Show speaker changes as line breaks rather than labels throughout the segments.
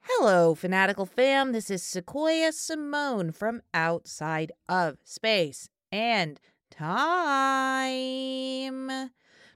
Hello, fanatical fam. This is Sequoia Simone from Outside of Space and Time.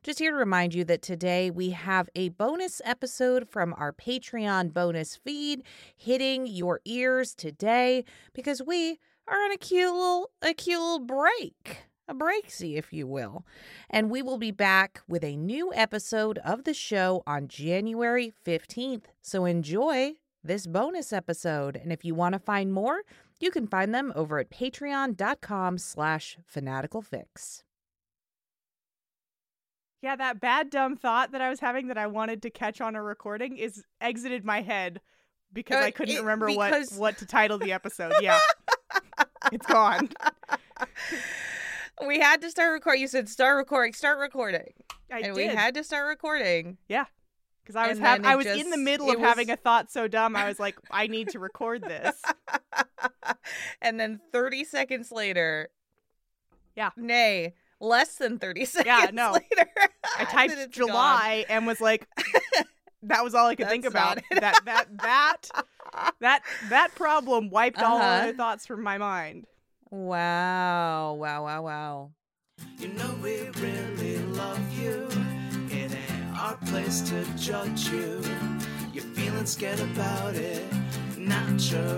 Just here to remind you that today we have a bonus episode from our Patreon bonus feed hitting your ears today because we are on a cute little, a cute little break, a breaksy, if you will. And we will be back with a new episode of the show on January 15th. So enjoy this bonus episode. And if you want to find more, you can find them over at patreon.com slash fanaticalfix.
Yeah, that bad dumb thought that I was having that I wanted to catch on a recording is exited my head because
Uh,
I couldn't
it-
remember
because-
what what to title the episode. Yeah. it's gone.
We had to start recording. You said start recording, start recording.
I
and we
did
had to start recording.
because I was
and
hav-
then it
I was in the
just-
middle
it
of having
was-
a thought so dumb I was like I need to record this.
and then 30 seconds later.
Yeah.
Nay, less than 30 seconds
no.
later.
I
that
typed
it's
July and was like that was all I could think
That's
about.
not
that that that
gone.
that that problem wiped all
Uh-huh.
other thoughts from my mind.
wow. Wow, wow, wow.
You know we really love you. It ain't our place to judge you. You're feeling scared about it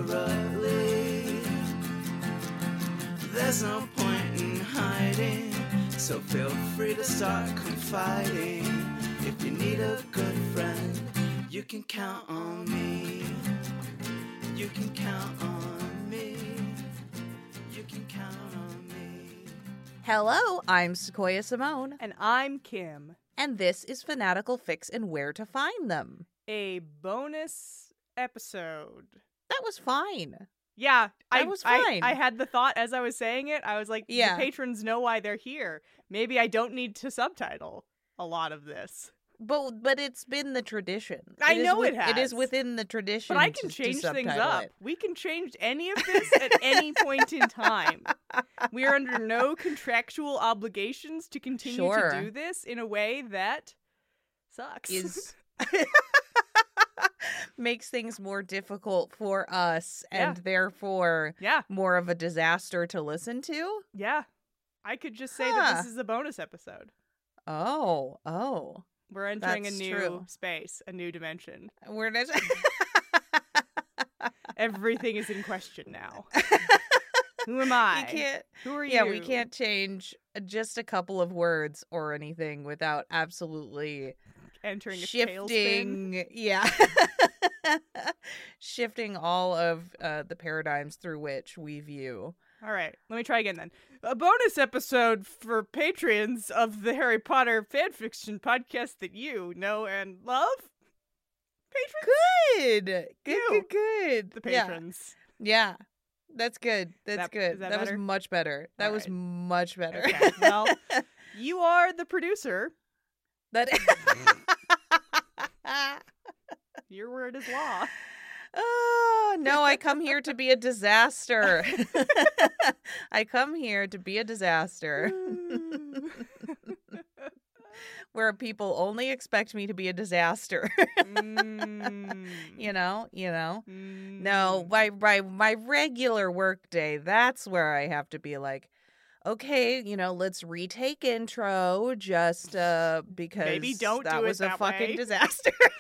naturally. There's no point in hiding, so feel free to start confiding. If you need a good friend, you can count on me. You can count on me. You can count on me.
Hello, I'm Sequoia Simone,
And I'm Kim.
and this is Fanatical Fix and Where to Find Them.
A bonus episode.
That was fine.
Yeah, I
was
I-
fine.
I, had the thought as I was saying it. I was like,
Yeah.
the patrons know why they're here. Maybe I don't need to subtitle a lot of this.
But but it's been the tradition.
I
is
know
wi-
it
It is
has.
within the tradition.
But I can
to- to
change things
subtitle
up.
it.
We can change any of this at any point in time. We are under no contractual obligations to continue
Sure.
to do this in a way that sucks.
Is makes things more difficult for us
Yeah.
and therefore
yeah,
more of a disaster to listen to.
yeah. I could just say that this
Huh.
is a bonus episode.
Oh, oh.
We're entering
That's
a new
true.
space, a new dimension.
We're not
Everything is in question now. Who am I?
You can't
Who are you?
Yeah, we can't change just a couple of words or anything without absolutely
entering a tailspin.
shifting. Yeah, shifting all of uh, the paradigms through which we view.
All right, let me try again then. A bonus episode for patrons of the Harry Potter fanfiction podcast that you know and love. Patrons,
Good, good,
Ew.
good, good.
the
Yeah.
patrons.
Yeah, that's good. That's
That-
good.
is that
was
better?
much better. That
All
was
right.
much better.
Okay, well, you are the producer.
that.
Your word is law.
Oh, no, I come here to be a disaster. I come here to be a disaster where people only expect me to be a disaster.
Mm.
you know, you know. No,
Mm-hmm.
my my my regular work day, that's where I have to be like, okay, you know, let's retake intro just uh because
don't
that
do it
was a
that
fucking
way.
disaster.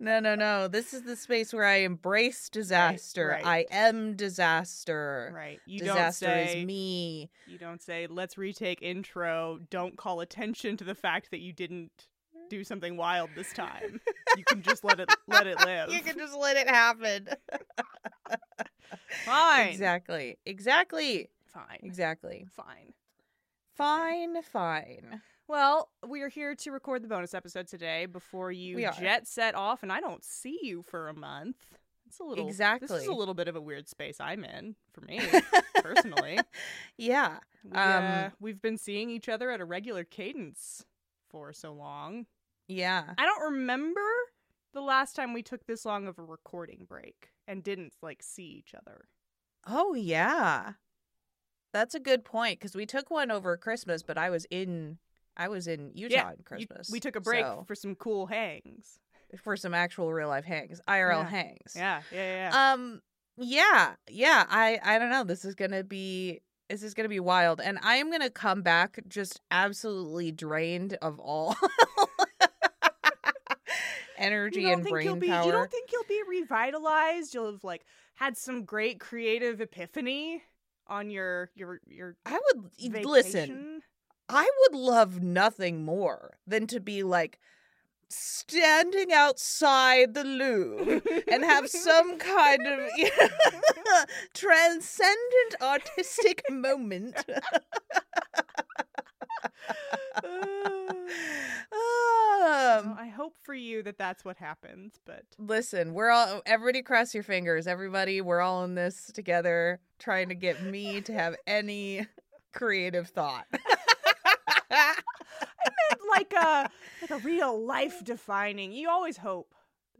no, no, no. This is the space where I embrace disaster.
right.
I am disaster.
right. You
disaster
don't say
is me.
You don't say, let's retake intro. Don't call attention to the fact that you didn't do something wild this time. You can just let it let it live.
You can just let it happen.
Fine.
Exactly. Exactly.
Fine.
Exactly.
Fine.
Fine, fine.
Well, we are here to record the bonus episode today before you
We are.
jet set off and I don't see you for a month. It's a little This
Exactly.
is a little bit of a weird space I'm in for me personally.
Yeah.
We,
Um,
uh, we've been seeing each other at a regular cadence for so long.
Yeah.
I don't remember the last time we took this long of a recording break and didn't like see each other.
Oh, yeah. That's a good point because we took one over Christmas, but I was in I was in Utah
Yeah,
on
You-
Christmas.
we took a break
so-
for some cool hangs.
for some actual real life hangs, IRL
Yeah.
hangs.
Yeah, yeah, yeah.
Um. Yeah. Yeah. I. I don't know. This is gonna be. This is gonna be wild, and I am gonna come back just absolutely drained of all energy
you don't
and
think
brain
you'll be,
power.
You don't think you'll be revitalized? You'll have like had some great creative epiphany on your your your
I would
vacation.
listen. I would love nothing more than to be like standing outside the Louvre and have some kind of transcendent artistic moment.
Uh, well,
um,
I hope for you that that's what happens, but
listen, we're all everybody cross your fingers. Everybody, we're all in this together trying to get me to have any creative thought.
It's like a like a real life defining. You always hope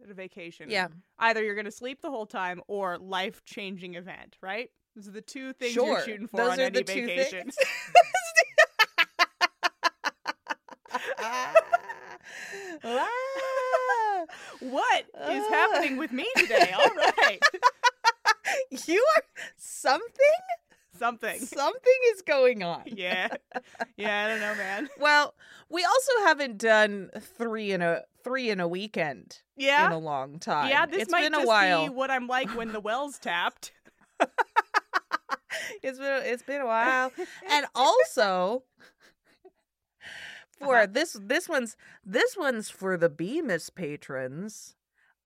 at a vacation.
yeah,
Either you're gonna sleep the whole time or life changing event, right? Those are the two things
sure.
you're shooting for
Those
on
are
any
the two
vacation.
things. Ah.
What is
Ah.
happening with me today? All right.
you are something.
Something.
Something is going on.
Yeah. Yeah, I don't know, man.
Well, we also haven't done three in a three in a weekend in
Yeah.
a long time.
Yeah, this
It's
might
been
just
a while.
be what I'm like when the well's tapped.
It's been it's been a while. and also for
Uh-huh.
this this one's this one's for the Bemis patrons.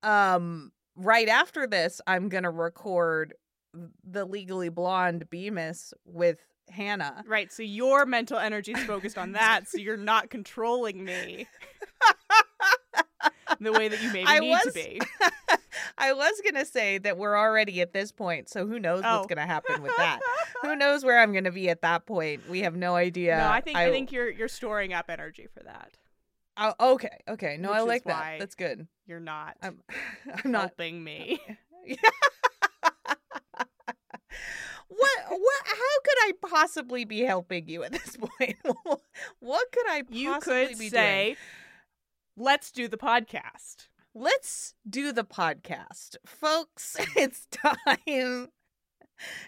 Um right after this I'm going to record the Legally Blonde Bemis with Hannah.
Right, so your mental energy is focused on that, so you're not controlling me the way that you maybe
I
need to
was-
be.
I was going to say that we're already at this point, so who knows
Oh.
what's going to happen with that. who knows where I'm going to be at that point? We have no idea.
no, I think I, think you're you're storing up energy for that.
oh, okay, okay. No,
Which
I
is
like
why-
that. That's good.
You're not
I'm I'm not
helping me.
What what how could I possibly be helping you at this point? what could I possibly
You could
be
say,
doing?
"Let's do the podcast."
Let's do the podcast. Folks, it's time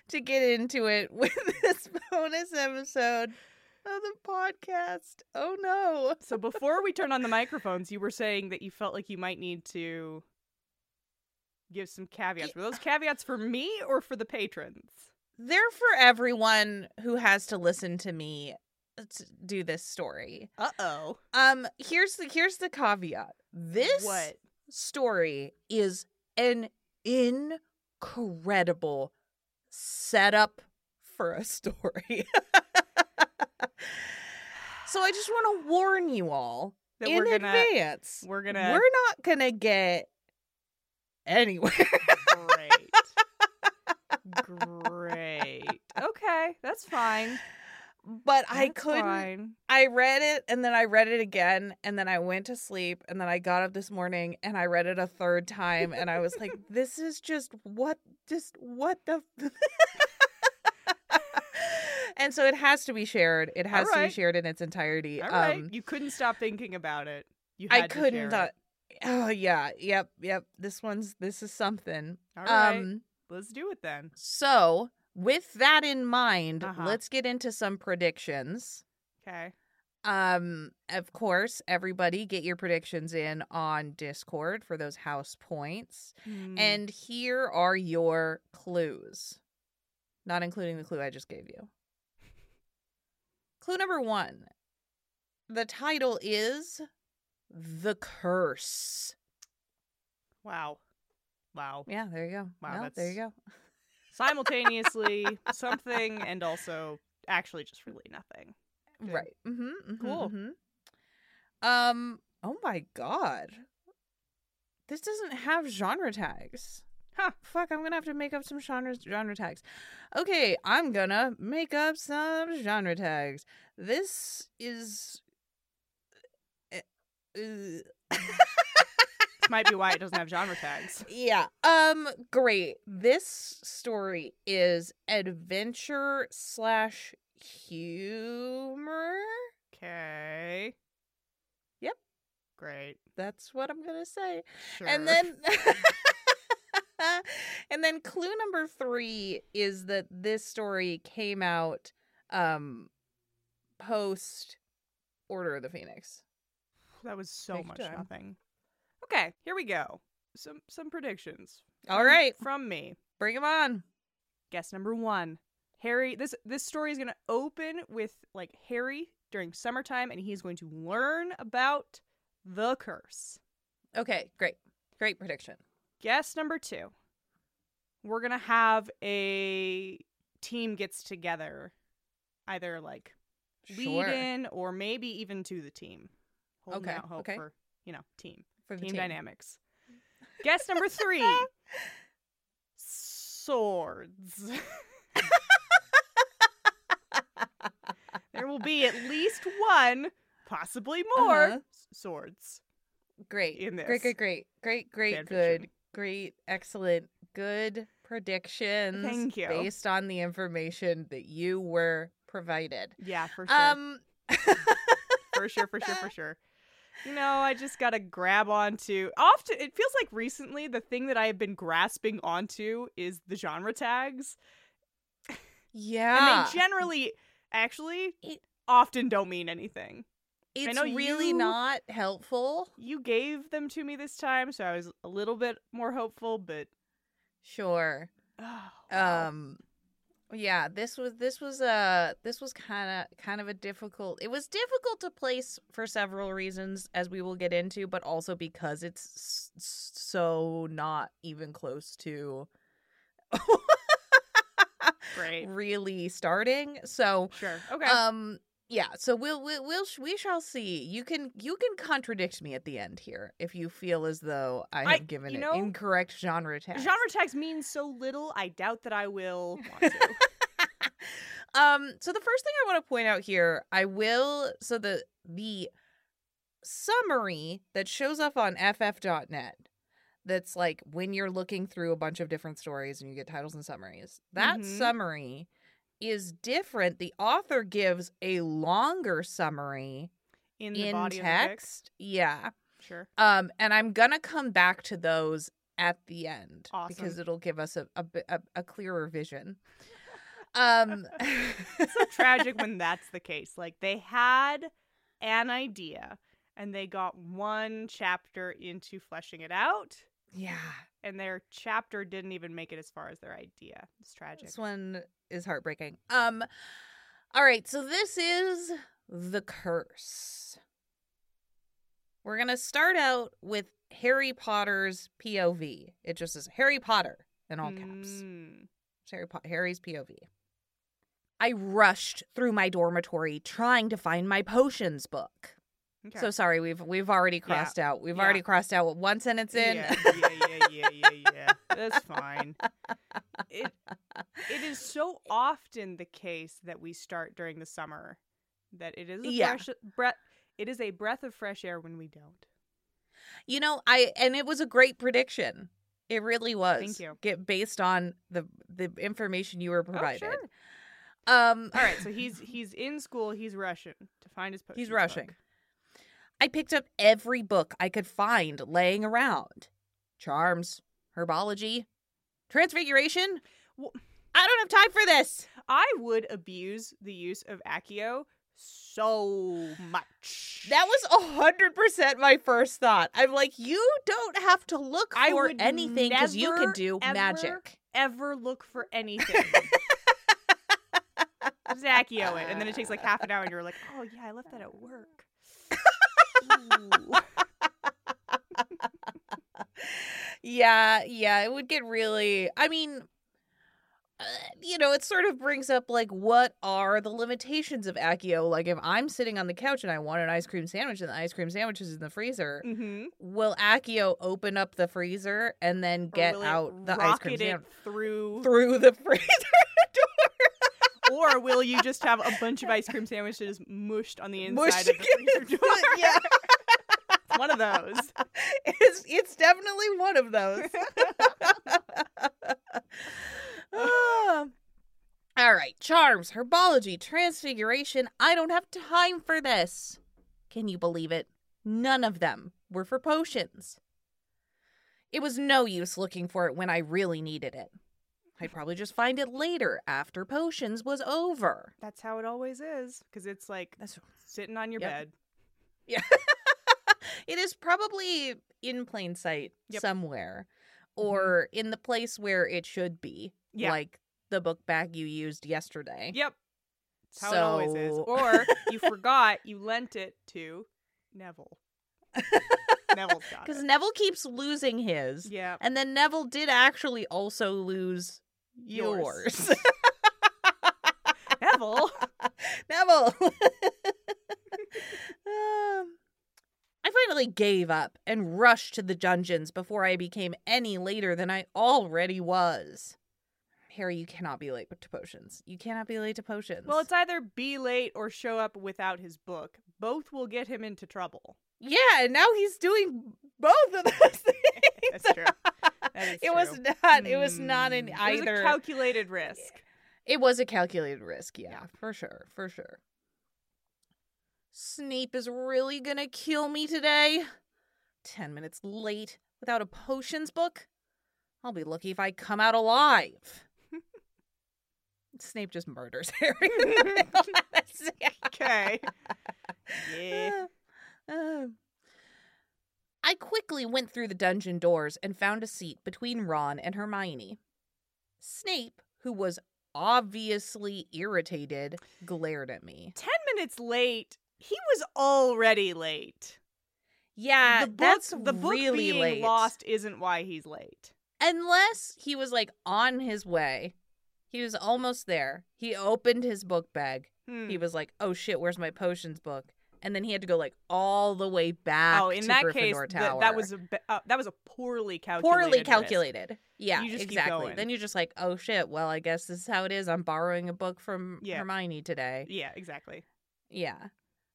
to get into it with this bonus episode of the podcast. Oh no.
So before we turn on the microphones, you were saying that you felt like you might need to give some caveats. Were those caveats for me or for the patrons?
They're for everyone who has to listen to me t- do this story.
Uh oh.
Um here's the here's the caveat. This
what?
story is an incredible setup for a story. so I just want to warn you all
That
in
we're gonna
advance.
we're
We're,
gonna
not going to get anywhere.
great. great. Okay, that's fine.
but I
That's
couldn't.
fine.
I read it and then I read it again and then I went to sleep and then I got up this morning and I read it a third time and I was like, this is just what, just what the. f-" and so it has to be shared. It has to
right.
be shared in its entirety. Um,
All right, you couldn't stop thinking about it. You had
eh, I
to share
couldn't.
it.
uh, oh, yeah. Yep. Yep. This one's, this is something.
All right,
Um,
let's do it then.
so with that in mind,
Uh-huh.
let's get into some predictions.
Okay.
Um, of course, everybody get your predictions in on Discord for those house points.
Hmm.
And here are your clues, not including the clue I just gave you. Clue number one the title is The Curse.
wow, wow.
Yeah, there you go.
Wow,
Well, there you go.
Simultaneously, something, and also actually just really nothing. Good.
Right. Mm-hmm,
Cool.
Um. Oh my god. This doesn't have genre tags.
Huh.
Fuck. I'm gonna have to make up some genre genre tags. Okay. I'm gonna make up some genre tags. This is. Uh, uh,
This might be why it doesn't have genre tags.
yeah. Um. Great. This story is adventure slash humor.
Okay.
Yep.
Great.
That's what I'm going to say.
Sure.
And then And then clue number 3 is that this story came out um post Order of the Phoenix.
that was so
Take your
much
time.
nothing. Okay, here we go. Some some predictions.
All
from-
right,
from me.
bring him on.
Guess number one. Harry this this story is gonna open with like Harry during summertime and he's going to learn about the curse.
Okay, great. Great prediction.
Guess number two. We're gonna have a team gets together, either like lead in or maybe even to the team. Holding
Okay,
out hope
okay.
for, you know, team.
For the
team, dynamics. Guess number three swords. there will be at least one, possibly more,
Uh-huh.
s- swords.
Great.
in
Great,
this
great, great. Great, great,
fan
good,
fiction.
great, excellent, good predictions.
Thank you.
Based on the information that you were provided.
Yeah, for sure.
Um
for sure, for sure, for sure. You know, I just gotta grab onto. Often, it feels like recently the thing that I have been grasping onto is the genre tags,
Yeah.
and they generally, actually,
Ah. It-
often don't mean anything. I
it's
know
really
you-
not helpful.
You gave them to me this time, so I was a little bit more hopeful, but
Sure.
oh, wow.
Um yeah, this was this was a this was kind of kind of a difficult. It was difficult to place for several reasons as we will get into, but also because it's s- s- so not even close to
great,
really starting. So,
sure, okay,
um yeah, so we'll we'll, we'll sh- we shall see. You can you can contradict me at the end here if you feel as though I have
I-
given
you
an
know,
incorrect genre tag.
Genre tags mean so little. I doubt that I will want to.
um so the first thing i want to point out here i will so the the summary that shows up on ff.net that's like when you're looking through a bunch of different stories and you get titles and summaries that
Mhm.
summary is different the author gives a longer summary
in the
in,
body
text yeah
of the pic. Sure.
um, and I'm gonna come back to those at the end because
Awesome.
it'll give us a a, bi- a, a clearer vision. Um,
It's so tragic when that's the case. Like they had an idea and they got one chapter into fleshing it out,
yeah,
and their chapter didn't even make it as far as their idea. It's tragic.
this one is heartbreaking. Um, all right, so this is the curse. We're gonna start out with Harry Potter's POV. It just says Harry Potter in all caps.
Mm.
It's Harry po- Harry's POV. I rushed through my dormitory trying to find my potions book.
Okay.
So sorry, we've we've already crossed out. We've
Yeah.
already crossed out what one sentence in.
yeah, yeah, yeah, yeah, yeah, yeah. That's fine. It it is so often the case that we start during the summer that it is a
Yeah.
fresh breath. It is a breath of fresh air when we don't.
you know, I and it was a great prediction. It really was.
Thank you.
Get based on the the information you were provided.
Oh, sure.
Um
All right, so he's he's in school. He's rushing to find his potions.
He's
book.
rushing. I picked up every book I could find laying around charms, herbology, transfiguration.
Wh-
I don't have time for this.
I would abuse the use of Accio so much.
That was a hundred percent my first thought. I'm like, you don't have to look
I
for
would
anything because you can
never,
do
ever-
magic.
ever look for anything. Just Accio it, and then it takes like half an hour, and you're like, oh yeah, I left that at work. Ooh.
Yeah, yeah, it would get really. I mean, uh, you know, it sort of brings up like, what are the limitations of Accio? Like, if I'm sitting on the couch and I want an ice cream sandwich, and the ice cream sandwich is in the freezer,
Mm-hmm.
will Accio open up the freezer and then get out the ice cream sandwich
through,
through the freezer?
or will you just have a bunch of ice cream sandwiches mushed on the inside
Mushed
of the
against
freezer
the-
door?
yeah,
It's one of those.
it's it's definitely one of those. Ah. All right, charms, herbology, transfiguration. I don't have time for this. Can you believe it? None of them were for potions. It was no use looking for it when I really needed it. I'd probably just find it later after potions was over.
That's how it always is because it's like
That's
sitting on your
Yep.
bed.
Yeah. it is probably in plain sight
Yep. Mm-hmm.
somewhere or in the place where it should be.
Yeah.
Like the book bag you used yesterday.
Yep. That's how it always is.
So-
Or you forgot you lent it to Neville. Neville's got
Because
it.
Neville keeps losing his.
yeah.
And then Neville did actually also lose yours.
Yours. Neville.
Neville. um, I finally gave up and rushed to the dungeons before I became any later than I already was. Harry, you cannot be late to potions. You cannot be late to potions.
Well, it's either be late or show up without his book. Both will get him into trouble.
yeah, and now he's doing both of those things.
That's true. That is
it was
true.
not. It was not an
Hmm. It was
either.
a calculated risk.
It was a calculated risk, yeah,
Yeah.
for sure, for sure. Snape is really gonna kill me today. Ten minutes late without a potions book. I'll be lucky if I come out alive. Snape just murders Harry. in the middle of this.
Okay. yeah. Eh,
Uh, uh. I quickly went through the dungeon doors and found a seat between Ron and Hermione. Snape, who was obviously irritated, glared at me.
Ten minutes late. He was already late.
Yeah,
the book,
Uh, that's
the book
really
being
late.
lost isn't why he's late.
Unless he was like on his way. He was almost there. He opened his book bag.
Hmm.
He was like, "Oh shit, where's my potions book?" And then he had to go like all the way back.
oh, in
to
that
Gryffindor
case, th-
Tower.
that was a be- uh, that was a poorly calculated.
poorly
risk.
calculated. Yeah,
You just keep
exactly.
going.
Then you're just like, oh shit. Well, I guess this is how it is. I'm borrowing a book from
Yeah.
Hermione today.
Yeah, exactly.
Yeah,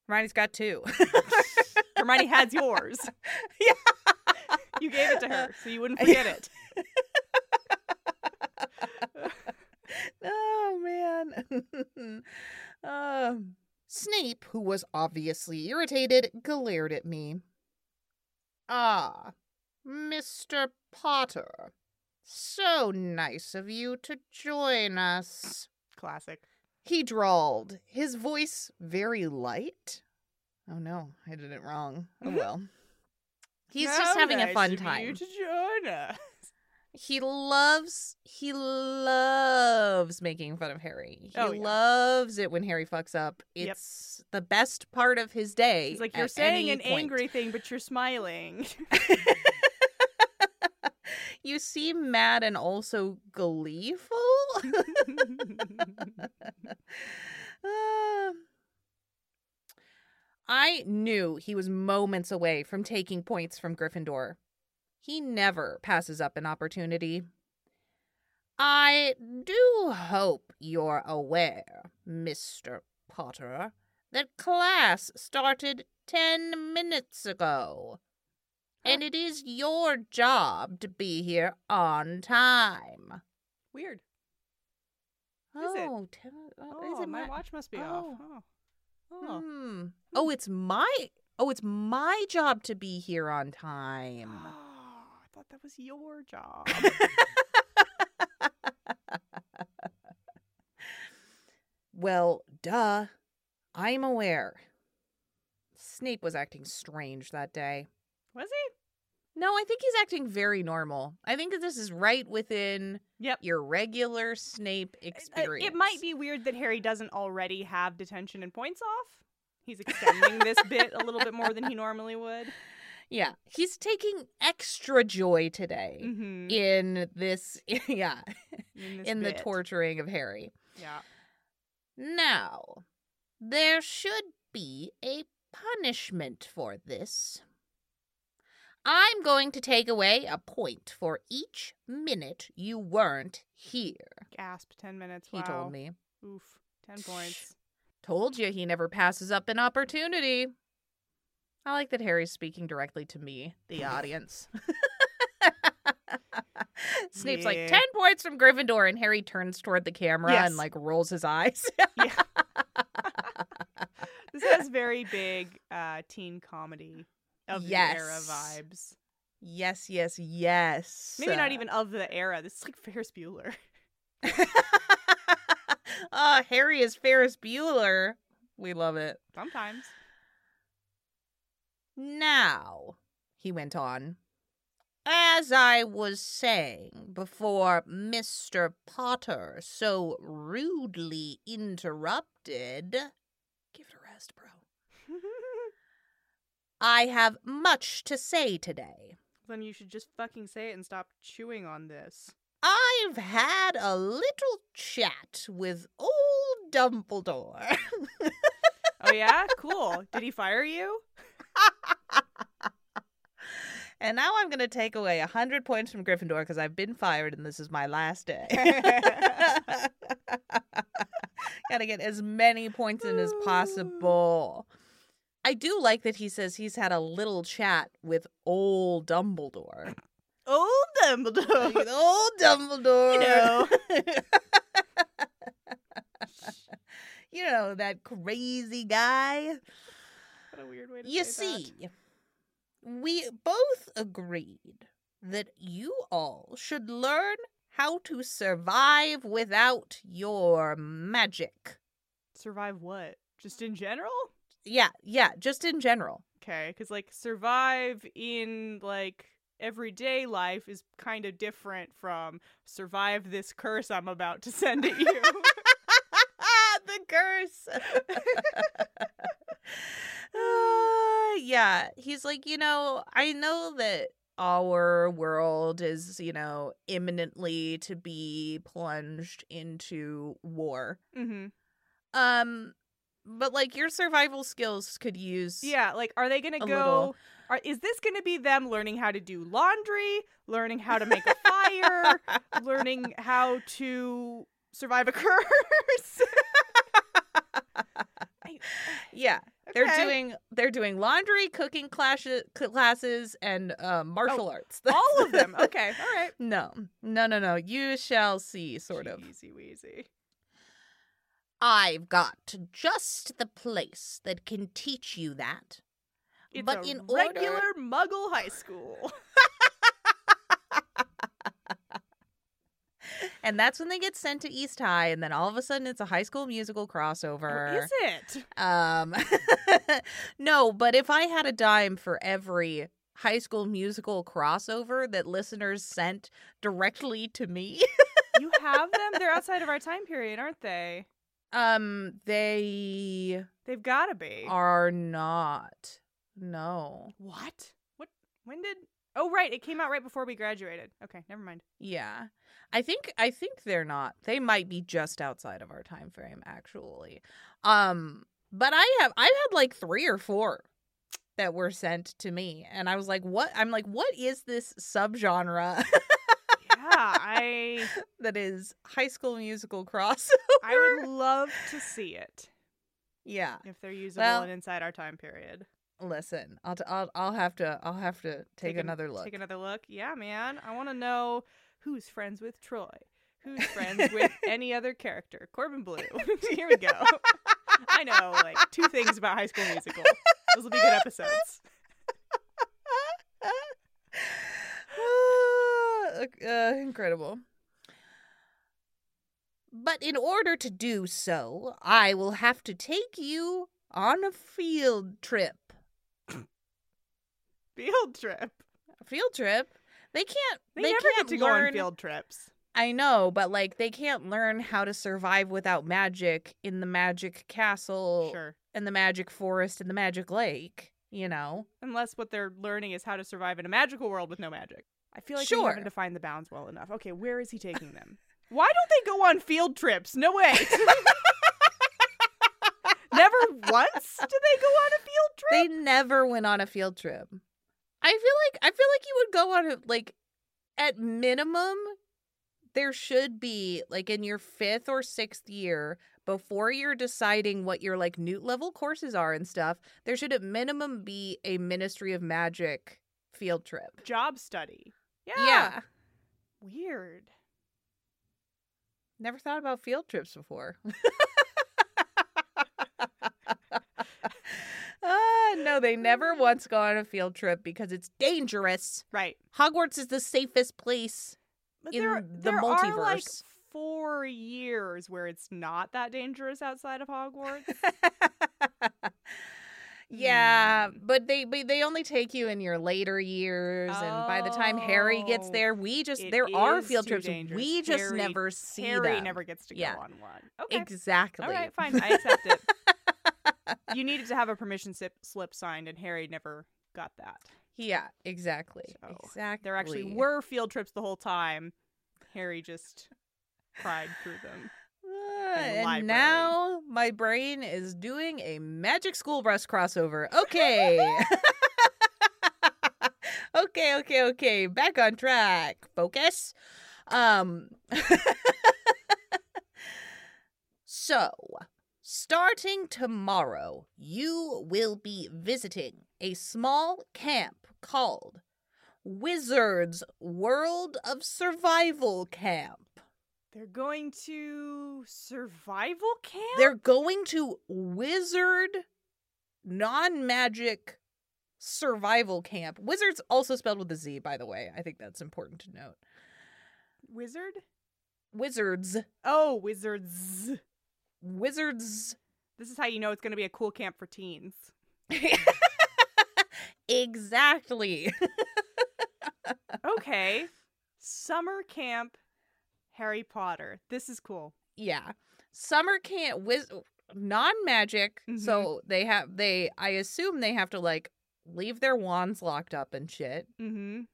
Hermione's got two.
Hermione has yours.
Yeah.
you gave it to her, so you wouldn't forget it.
oh man. um, Snape, who was obviously irritated, glared at me. Ah, Mr. Potter. So nice of you to join us.
Classic.
He drawled, his voice very light. Oh no, I did it wrong. Oh
Mhm.
well. He's just having a fun
You
time.
to join us.
He loves he loves making fun of Harry. He
Oh, yeah.
loves it when Harry fucks up.
Yep.
It's the best part of his day.
It's like you're
at
saying
any
an
point.
angry thing, but you're smiling.
You seem mad and also gleeful. Um, I knew he was moments away from taking points from Gryffindor. He never passes up an opportunity. I do hope you're aware, Mr. Potter, that class started 10 minutes ago. And it is your job to be here on time.
Weird. Is it?
oh, te- oh,
Oh,
is it
my
my-
watch must be off. Oh. Oh.
Hmm. Oh, it's my oh, it's my job to be here on time.
Ah. I thought that was your job.
well, duh. I'm aware. Snape was acting strange that day.
was he?
No, I think he's acting very normal. I think that this is right within
Yep.
your regular Snape
Uh,
experience.
It might be weird that Harry doesn't already have detention and points off. He's extending this bit a little bit more than he normally would.
Yeah, he's taking extra joy today
Mm-hmm.
in this. Yeah,
In, this
in the
bit.
torturing of Harry.
Yeah.
Now, there should be a punishment for this. I'm going to take away a point for each minute you weren't here,
Gasp. Ten minutes.
he
wow.
told me.
Oof. Ten points.
Told you he never passes up an opportunity. I like that Harry's speaking directly to me, the audience. Snape's like
Yeah.
10 points from Gryffindor and Harry turns toward the camera
Yes.
and like rolls his eyes.
This has very big uh, teen comedy of the era
Yes.
vibes.
yes, yes, yes.
Maybe not even of the era. This is like Ferris Bueller.
oh, Harry is Ferris Bueller. We love it.
Sometimes.
Now, he went on, as I was saying before Mr. Potter so rudely interrupted, give it a rest, bro. I have much to say today.
then you should just fucking say it and stop chewing on this.
I've had a little chat with old Dumbledore.
Oh yeah, cool. Did he fire you?
and now I'm going to take away 100 points from Gryffindor because I've been fired and this is my last day. Gotta get as many points in as possible. I do like that he says he's had a little chat with old Dumbledore.
Old
Like,
Dumbledore.
old Dumbledore.
You know.
You know, that crazy guy.
What a weird way to
You
say that.
see, we both agreed that you all should learn how to survive without your magic.
survive what? Just in general?
Yeah, yeah, just in general.
Okay, cuz like survive in like everyday life is kind of different from survive this curse I'm about to send at you.
the curse. Uh, yeah, he's like, you know, I know that our world is, you know, imminently to be plunged into war.
mhm.
Um, but like your survival skills could use.
Yeah, like are they going to
A
go
little.
Are, is this going to be them learning how to do laundry, learning how to make a fire, learning how to survive a curse?
yeah. They're
Okay.
doing they're doing laundry, cooking clashes, classes, and uh, martial arts.
all of them. Okay, all right.
no, no, no, no. You shall see, sort of.
Easy wheezy.
I've got just the place that can teach you that.
It's
But
a
in order-
regular Muggle high school.
And that's when they get sent to East High, and then all of a sudden it's a high school musical crossover.
Or is it?
Um, no, but if I had a dime for every high school musical crossover that listeners sent directly to me,
You have them? They're outside of our time period, aren't they?
um, they
They've got to be.
are not. No.
What? What? When did? Oh, right. It came out right before we graduated. Okay, never mind.
Yeah. I think I think they're not. They might be just outside of our time frame actually. Um but I have I've had like 3 or 4 that were sent to me and I was like what I'm like what is this subgenre
Yeah, I
that is high school musical cross?
I would love to see it.
yeah.
if they're usable
Well-
and inside our time period.
Listen, I'll, t- I'll I'll have to I'll have to take,
an-
another look.
Take another look. Yeah, man. I want to know who's friends with Troy, who's friends with any other character. Corbin Blue. Here we go. I know like two things about High School Musical. Those will be good episodes.
Ah, uh, incredible. But in order to do so, I will have to take you on a field trip.
Field trip.
A field trip? They can't.
They,
They,
never
can't
get to
learn.
go on field trips.
I know, but like they can't learn how to survive without magic in the magic castle
Sure.
and the magic forest and the magic lake. You know.
Unless what they're learning is how to survive in a magical world with no magic. I feel like we
Sure.
haven't defined the bounds well enough. Okay, where is he taking them? Why don't they go on field trips? No way. Never once do they go on a field trip.
They never went on a field trip. I feel like I feel like you would go on a like at minimum there should be like in your 5th or 6th year before you're deciding what your like newt level courses are and stuff, there should at minimum be a Ministry of Magic field trip.
Job study. Yeah. Weird.
Never thought about field trips before. Ah, no, they
Mm.
never once go on a field trip because it's dangerous.
Right.
Hogwarts is the safest place.
But
In
there,
the
there are like
multiverse.
four years where it's not that dangerous outside of Hogwarts.
yeah,
Hmm.
but they but they only take you in your later years, and by the time Harry gets
Oh,
there, we just
it
there are
is
field
too
trips.
dangerous.
We just
Harry-
never see
Harry
them.
never gets to
Yeah.
go on one. Okay.
Exactly.
All right, fine. I accept it. you needed to have a permission sip, slip signed, and Harry never got that.
Yeah, exactly.
So,
exactly.
There actually were field trips the whole time. Harry just cried through them.
Ah,
in the library.
and now my brain is doing a magic school bus crossover. Okay. okay, okay, okay. Back on track. Focus. Um So, starting tomorrow, you will be visiting a small camp called Wizards World of Survival Camp.
They're going to survival camp.
They're going to wizard non magic survival camp. Wizard's also spelled with a Z, by the way. I think that's important to note.
wizard.
Wizards.
Oh, wizards.
Wizards.
This is how you know it's going to be a cool camp for teens.
exactly.
Okay. Summer camp Harry Potter. This is cool.
Yeah. Summer camp wiz non magic.
Mhm.
So they have they I assume they have to like leave their wands locked up and shit.
Mhm.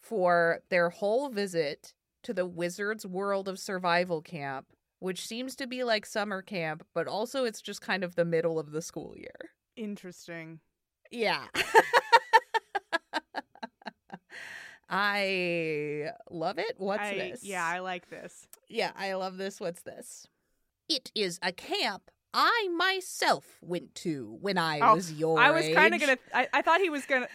for their whole visit to the Wizard's World of Survival Camp, which seems to be like summer camp, but also it's just kind of the middle of the school year.
Interesting.
Yeah. I love it. What's
I-
this?
Yeah, I like this.
Yeah, I love this. What's this? It is a camp I myself went to when I
Oh,
was your
I was kind of
age.
gonna. I, I thought he was gonna.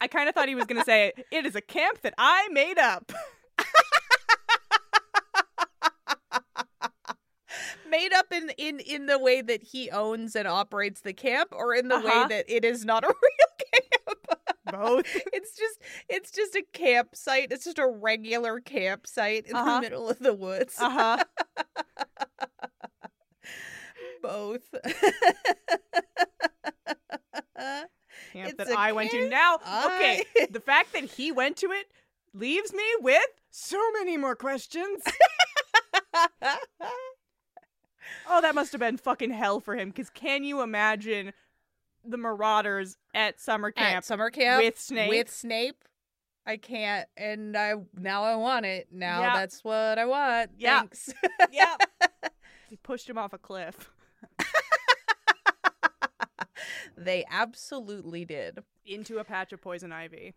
I kind of thought he was gonna say it is a camp that I made up.
made up in in in the way that he owns and operates the camp or in the
Uh-huh.
way that it is not a real camp
Both.
Oh, it's just it's just a campsite it's just a regular campsite in
Uh-huh.
the middle of the woods
Uh huh.
both
Camp
It's
that
a
I went to.
camp
Now, okay.
I-
The fact that he went to it leaves me with so many more questions. Oh, that must have been fucking hell for him. Because can you imagine the Marauders at summer camp
at summer camp
with Snape?
with Snape. I can't, and I now I want it. Now
Yeah.
that's what I want.
Yeah.
Thanks.
yeah. he pushed him off a cliff.
they absolutely did.
into a patch of poison ivy.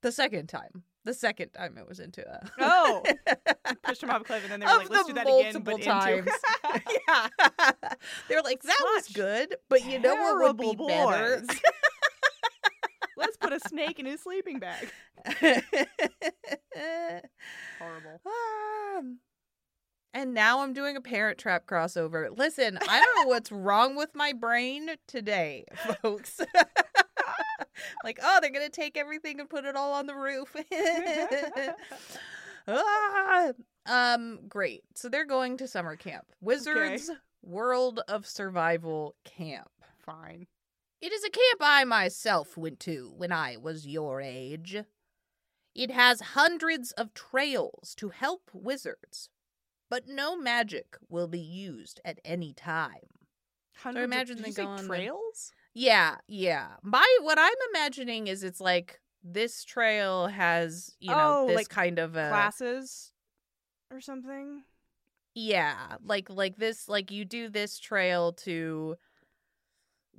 The second time, the second time it was into a
Oh, pushed him off a cliff, and then they were
of
like, "Let's
the
do that again."
multiple
But
times.
into
yeah, they're like that was
Such
good, but you know what would be
terrible
better?
boys. Let's put a snake in his sleeping bag. Horrible.
Um, and now I'm doing a parent trap crossover. Listen, I don't know what's wrong with my brain today, folks. like, oh, they're going to take everything and put it all on the roof. ah! Um, great. So they're going to summer camp. Wizards World of Survival Camp.
Fine.
It is a camp I myself went to when I was your age. It has hundreds of trails to help wizards, but no magic will be used at any time.
Hundreds
imagine
of,
they
did you
go on
say
the-
trails.
Yeah, yeah. My what I'm imagining is it's like this trail has, you know,
Oh,
this
like
kind of a
classes or something.
Yeah, like like this like you do this trail to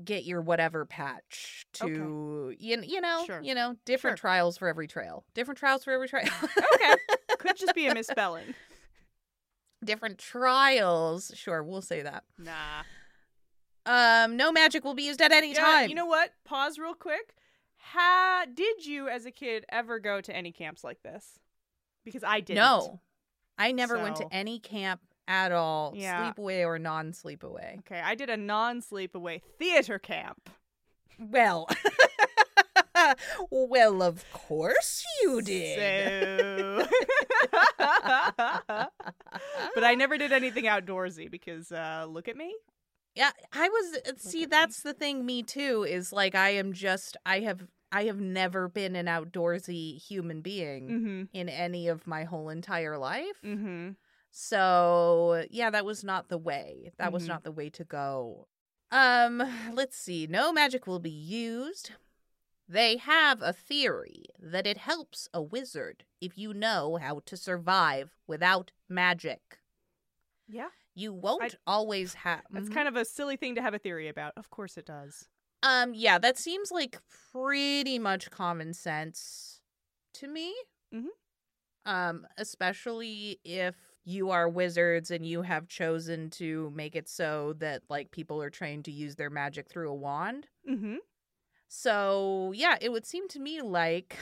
get your whatever patch
Okay.
to you, you know,
Sure.
you know, different
Sure.
trials for every trail. Different trials for every trail.
Okay, could just be a misspelling.
different trials. Sure, we'll say that.
Nah.
Um no magic will be used at any
Yeah,
time.
You know what? Pause real quick. Ha! Did you, as a kid, ever go to any camps like this? because I didn't.
No, I never went to
So-
any camp at all,
Yeah.
sleepaway or non-sleepaway.
Okay, I did a non-sleepaway theater camp.
Well, well, of course you did.
So... but I never did anything outdoorsy because uh, look at me.
Yeah, I was. uh, See,
at me.
that's the thing. Me too. Is like I am just. I have. I have never been an outdoorsy human being
Mm-hmm.
in any of my whole entire life.
Mm-hmm.
So yeah, that was not the way. That was
Mhm.
not the way to go. Um, let's see. No magic will be used. They have a theory that it helps a wizard if you know how to survive without magic.
Yeah,
You won't always mm-hmm. have.
that's kind of a silly thing to have a theory about. Of course it does.
Um, yeah, that seems like pretty much common sense to me.
Mhm.
Um, especially if you are wizards and you have chosen to make it so that like people are trained to use their magic through a wand.
Mm-hmm.
So yeah, it would seem to me like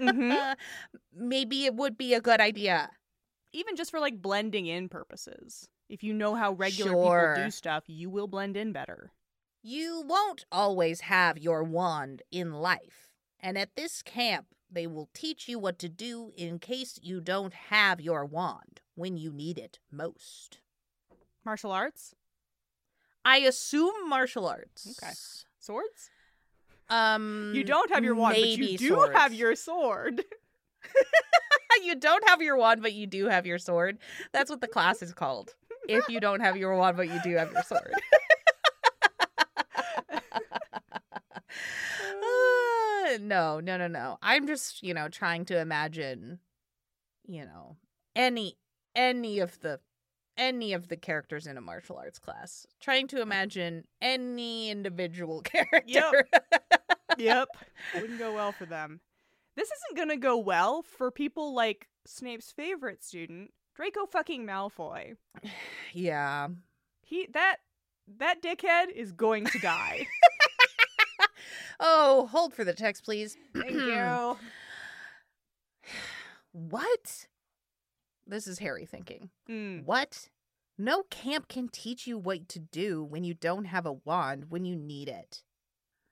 Mm-hmm.
maybe it would be a good idea.
Even just for like blending in purposes. If you know how regular people
Sure.
do stuff, you will blend in better.
You won't always have your wand in life, and at this camp, they will teach you what to do in case you don't have your wand when you need it most.
Martial arts,
I assume martial arts.
Okay. swords.
Um,
You don't have your wand, but
maybe
you do
swords.
have your sword.
you don't have your wand, but you do have your sword. That's what the class is called. If you don't have your wand, but you do have your sword. Uh, no, no, no, no. I'm just, you know, trying to imagine, you know, any any of the any of the characters in a martial arts class. Trying to imagine any individual character.
yep. Wouldn't go well for them. This isn't going to go well for people like Snape's favorite student, Draco fucking Malfoy.
yeah.
He that that dickhead is going to die.
Oh, hold for the text, please. What? This is Harry thinking.
Mm.
What? No camp can teach you what to do when you don't have a wand when you need it.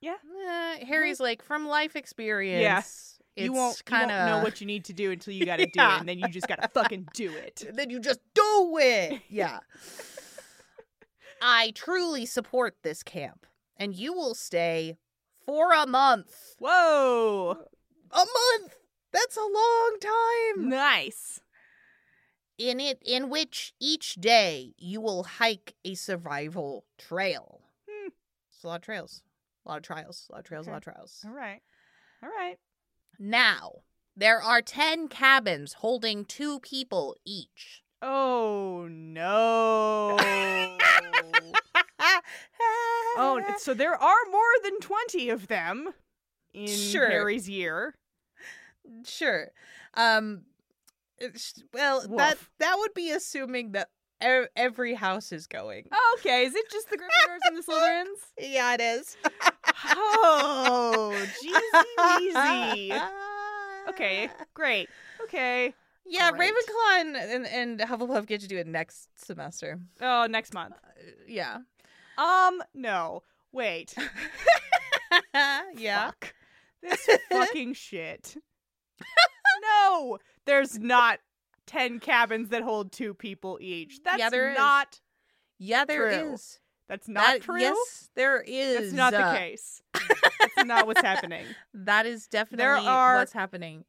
Yeah.
Eh, Harry's like from life experience.
You won't, you
kind
won't know
of
what you need to do until you got to do
Yeah.
it, and then you just got to fucking do it.
then you just do it. Yeah. I truly support this camp, and you will stay for a month.
Whoa!
A month. That's a long
Mm.
time.
Nice.
in it in which each day you will hike a survival trail.
Hmm.
It's a lot of trails. A lot of trials. A lot of trails, a lot of trials.
All right. All right.
Now, there are 10 cabins holding two people each.
Oh no. oh, n- so there are more than 20 of them in
Sure.
Harry's year.
sure. Um it's- well, that
Woof.
that would be assuming that e- every house is going.
Oh, Okay, is it just the Gryffindors and the Slytherins?
Yeah, it is.
Oh, jeezy. weezy. Okay, great. Okay.
Yeah,
Great.
Ravenclaw and, and, and Hufflepuff get to do it next semester.
Oh, next month.
Uh, yeah.
Um, no. Wait.
yeah.
Fuck. This fucking shit. no, there's not 10 cabins that hold two people each. That's
Yeah, there is.
not
Yeah, there is.
True. That's not
That-
true.
Yes, there
That's
is.
not the
Uh,
case. That's not what's happening.
That is definitely
are-
what's happening.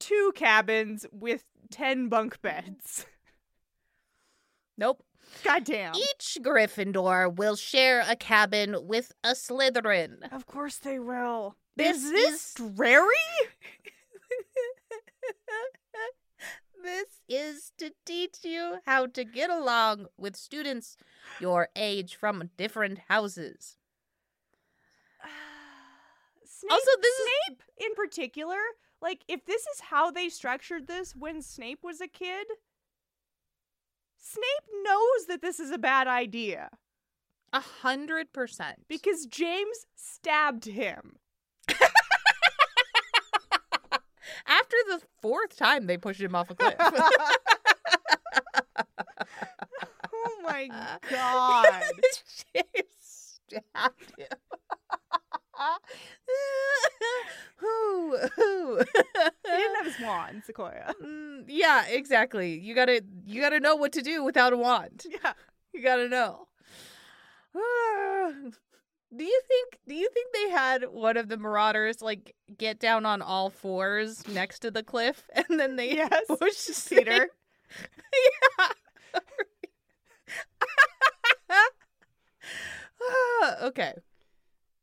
Two cabins with 10 bunk beds.
Nope.
Goddamn.
Each Gryffindor will share a cabin with a Slytherin.
Of course they will.
This
is this
is-
dreary?
This is to teach you how to get along with students your age from different houses.
Snape,
Also, this is-
Snape in particular, like if this is how they structured this when Snape was a kid, Snape knows that this is a bad idea
A hundred percent.
because James stabbed him.
after the fourth time they pushed him off a cliff.
oh my god.
James stabbed him. Who? Who?
He didn't have his wand, Sequoia.
Mm, yeah, exactly. You gotta you gotta know what to do without a wand.
Yeah.
You gotta know. do you think do you think they had one of the marauders like get down on all fours next to the cliff and then they
Yes.
pushed
Cedar.
Ah, okay.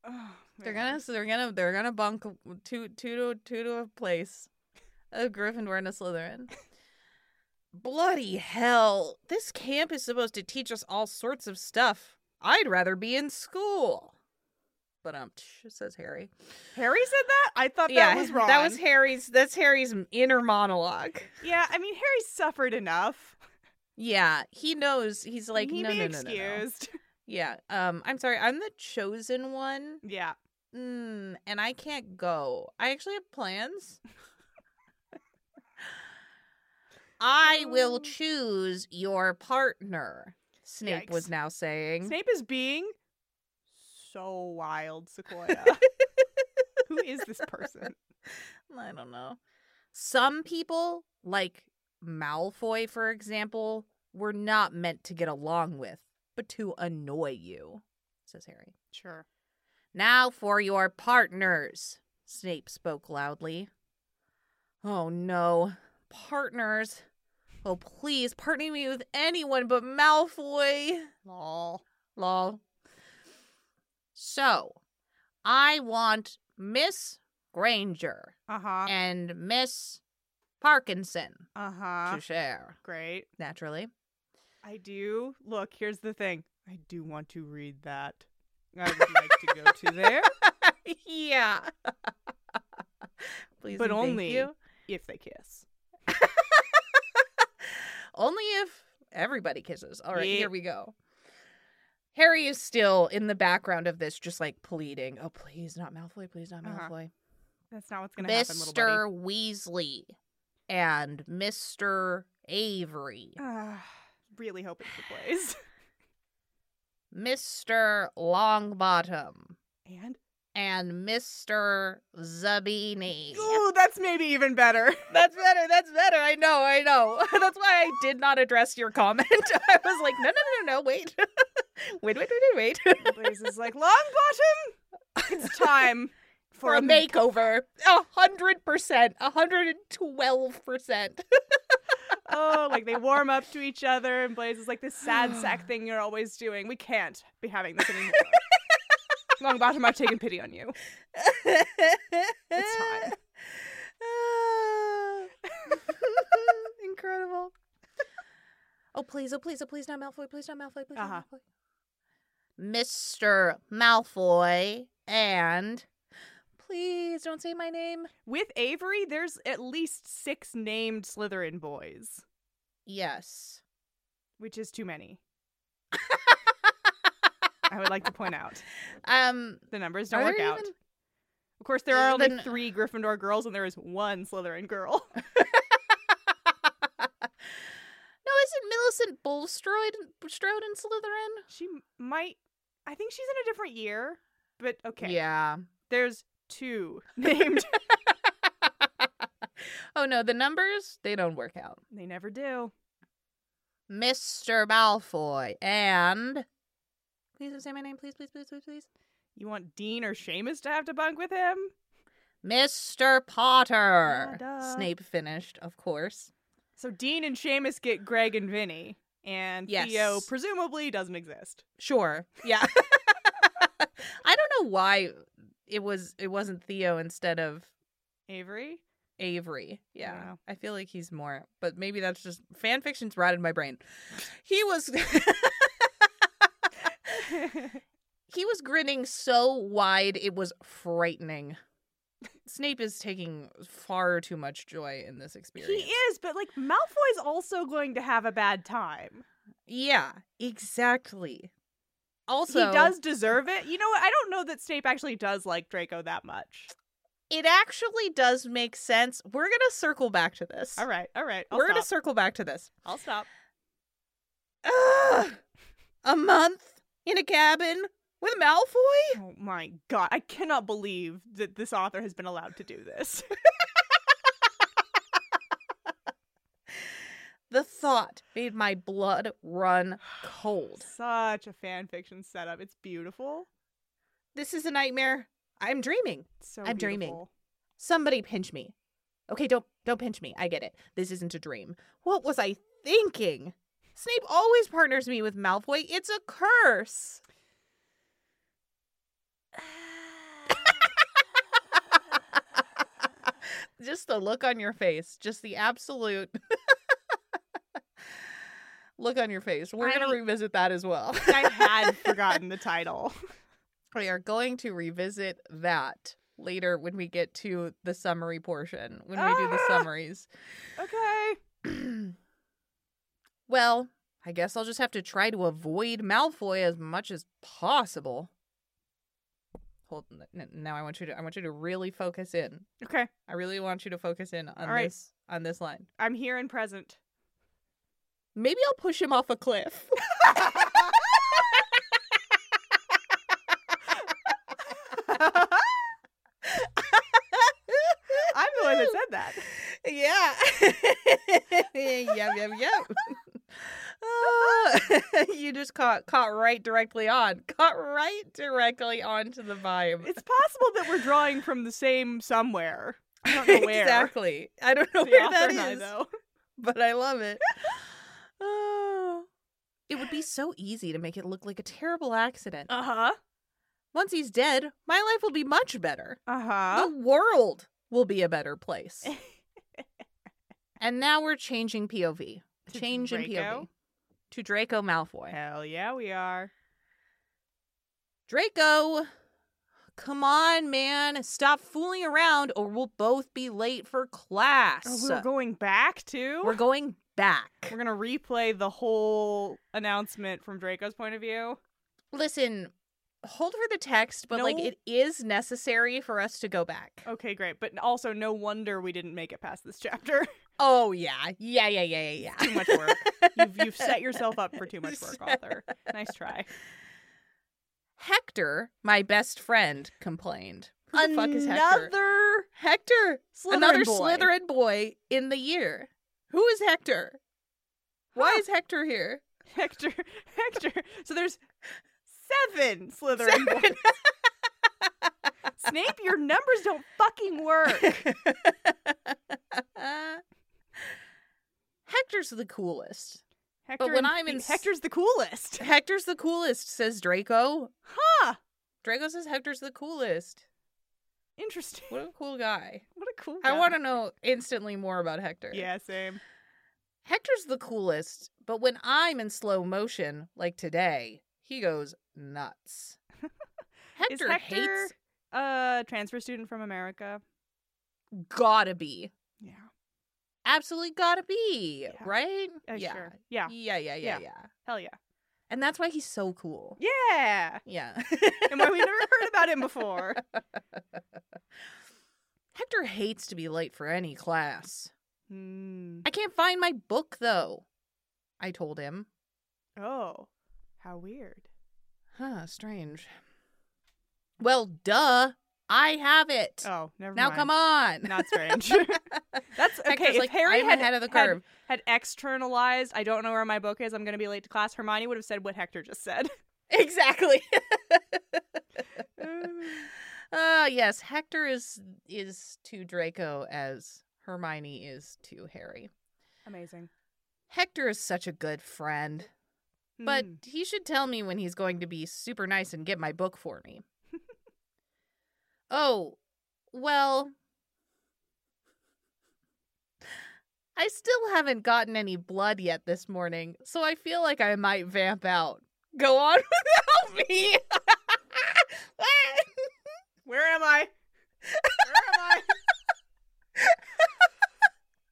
Oh,
They're
man.
gonna so they're gonna they're gonna bunk two two to two to a place. A Gryffindor and a Slytherin. Bloody hell. This camp is supposed to teach us all sorts of stuff. I'd rather be in school. But um says Harry.
Harry said that? I thought that was wrong.
That was Harry's that's Harry's inner monologue.
Yeah, I mean Harry suffered enough.
Yeah, he knows. He's like
he
no,
be
no, no, no, no.
excused.
Yeah. Um I'm sorry. I'm the chosen one.
Yeah.
mm, and I can't go. I actually have plans. I will
Oh.
choose your partner, Snape was
Yikes.
now saying.
Snape is being so wild, Sequoia. Who is this person?
I don't know. Some people, like Malfoy, for example, were not meant to get along with, but to annoy you, says Harry.
Sure.
Now for your partners, Snape spoke loudly. Oh no, partners. Oh please, partner me with anyone but Malfoy. Lol. Lol. So, I want Miss Granger
Uh huh.
and Miss Parkinson
Uh huh.
to share,
Great.
naturally.
I do. Look, here's the thing. I do want to read that. I would like to go to there
yeah. please,
But
and thank
only-
you.
if they kiss.
Only if everybody kisses. All right,
Yeah.
here we go. Harry is still in the background of this, just like pleading, "Oh, please, not Malfoy! Please, not
Uh-huh.
Malfoy!"
That's not what's gonna happen, little buddy.
Mister Weasley and Mister Avery,
Ah, really hope it's the place.
Mister Longbottom,
And
and Mister Zabini.
ooh, that's maybe even better.
That's better. That's better. I know. I know. That's why I did not address your comment. I was like, no, no, no, no, no. Wait, wait, wait, wait, wait, wait.
Blaze is like, Longbottom, it's time
for a
make.
makeover. A hundred percent, a hundred and twelve percent.
oh, like they warm up to each other, and Blaze is like, this sad sack thing you're always doing. We can't be having this anymore. Longbottom, I've taken pity on you.
It's
time.
Incredible. Oh please, oh please, oh please, not Malfoy, please not Malfoy, please
Uh-huh.
not Malfoy. Mr. Malfoy and please don't say my name.
With Avery, there's at least six named Slytherin boys,
Yes.
which is too many. I would like to point out
Um
the numbers don't
Are
work
there
out.
even-
Of course, there are only
Even-
three Gryffindor girls, and there is one Slytherin girl.
no, isn't Millicent Bulstrode Strode in Slytherin?
she m- might. I think she's in a different year, but okay.
Yeah.
There's two named.
oh no, the numbers they don't work out.
they never do.
Mr. Malfoy and please don't say my name, please, please, please, please, please.
You want Dean or Seamus to have to bunk with him?
Mr. Potter.
Yeah, duh.
Snape finished, of course.
So Dean and Seamus get Greg and Vinny, and
Yes.
Theo presumably doesn't exist.
Sure. Yeah. I don't know why it was it wasn't Theo instead of
Avery?
Avery. Yeah.
know.
I feel like he's more, but maybe that's just fan fiction's rotted my brain. He was he was grinning so wide it was frightening. Snape is taking far too much joy in this
he
experience.
is, but like Malfoy's also going to have a bad time.
Yeah, exactly. Also,
he does deserve it. You know what? I don't know that Snape actually does like Draco that much.
it actually does make sense. We're going to circle back to this.
All right, all right. I'll
We're
stop.
going to circle back to this.
I'll stop.
Ugh, a month in a cabin with Malfoy?
Oh my god, I cannot believe that this author has been allowed to do this.
The thought made my blood run cold.
Such a fan fiction setup. It's beautiful.
This is a nightmare. I'm dreaming.
It's so
I'm dreaming.
beautiful.
Somebody pinch me. Okay, don't don't pinch me. I get it. This isn't a dream. What was I thinking? Snape always partners me with Malfoy. It's a curse. just the look on your face, just the absolute look on your face. We're going
I-
to revisit that as well.
I had forgotten the title.
We are going to revisit that later when we get to the summary portion, when we do the
Ah!
summaries.
Okay.
well, I guess I'll just have to try to avoid Malfoy as much as possible. Hold n- now I want you to I want you to really focus in.
Okay.
I really want you to focus in on
All right.
this on this line.
I'm here and present.
Maybe I'll push him off a cliff.
I'm the one that said that.
Yeah. yep, yep, yep. Ah, you just caught caught right directly on. Caught right directly onto the vibe.
It's possible that we're drawing from the same somewhere. I don't know where.
Exactly. I don't know
The
where
author
that
and I,
is,
though.
but I love it. Oh. It would be so easy to make it look like a terrible accident.
Uh huh.
Once he's dead, my life will be much better.
Uh huh.
The world will be a better place. and now we're changing POV. A
To
change in POV.
Draco?
To Draco Malfoy.
Hell yeah, we are.
Draco, come on, man. Stop fooling around or we'll both be late for class.
Oh, we we're going back to.
We're going back.
We're gonna replay the whole announcement from Draco's point of view.
Listen, hold for the text, but like
No.
it is necessary for us to go back.
Okay, great. But also, no wonder we didn't make it past this chapter.
Oh, yeah. Yeah, yeah, yeah, yeah, yeah.
too much work. You've, you've set yourself up for too much work, author. Nice try.
Hector, my best friend, complained. Who the fuck is Hector?
Another
Hector,
Slytherin
another
boy.
Slytherin boy in the year. Who is Hector? Why is Hector here?
Hector. Hector. So there's seven Slytherin. boys.
Seven.
Snape, your numbers don't fucking work.
Hector's the coolest.
Hector
when
and-
I'm in s-
Hector's the coolest.
Hector's the coolest, says Draco.
Huh.
Draco says Hector's the coolest.
Interesting.
What a cool guy.
What a cool.
I want to know instantly more about Hector.
Yeah, same.
Hector's the coolest, but when I'm in slow motion, like today, he goes nuts. Hector,
is Hector
hates
a transfer student from America?
gotta be.
Yeah.
Absolutely gotta be.
Yeah.
Right?
Uh,
yeah.
Sure. Yeah.
yeah. Yeah, yeah, yeah,
Yeah. Hell yeah.
And that's why he's so cool.
Yeah.
Yeah.
And why we never heard about him before.
Hector hates to be late for any class.
Hmm.
I can't find my book though. I told him.
Oh, how weird.
Huh, strange. Well, duh. I have it.
Oh, never
now
mind.
come on.
Not strange. That's okay.
Hector's
if
like,
Harry
I'm
had
ahead of the
had-
curve.
Had, externalized, I don't know where my book is. I'm going to be late to class. Hermione would have said what Hector just said.
Exactly. Ah, yes, Hector is is to Draco as Hermione is to Harry.
Amazing.
Hector is such a good friend, but
Mm.
he should tell me when he's going to be super nice and get my book for me. oh, well, I still haven't gotten any blood yet this morning, so I feel like I might vamp out. Go on without me.
where am I? Where am I?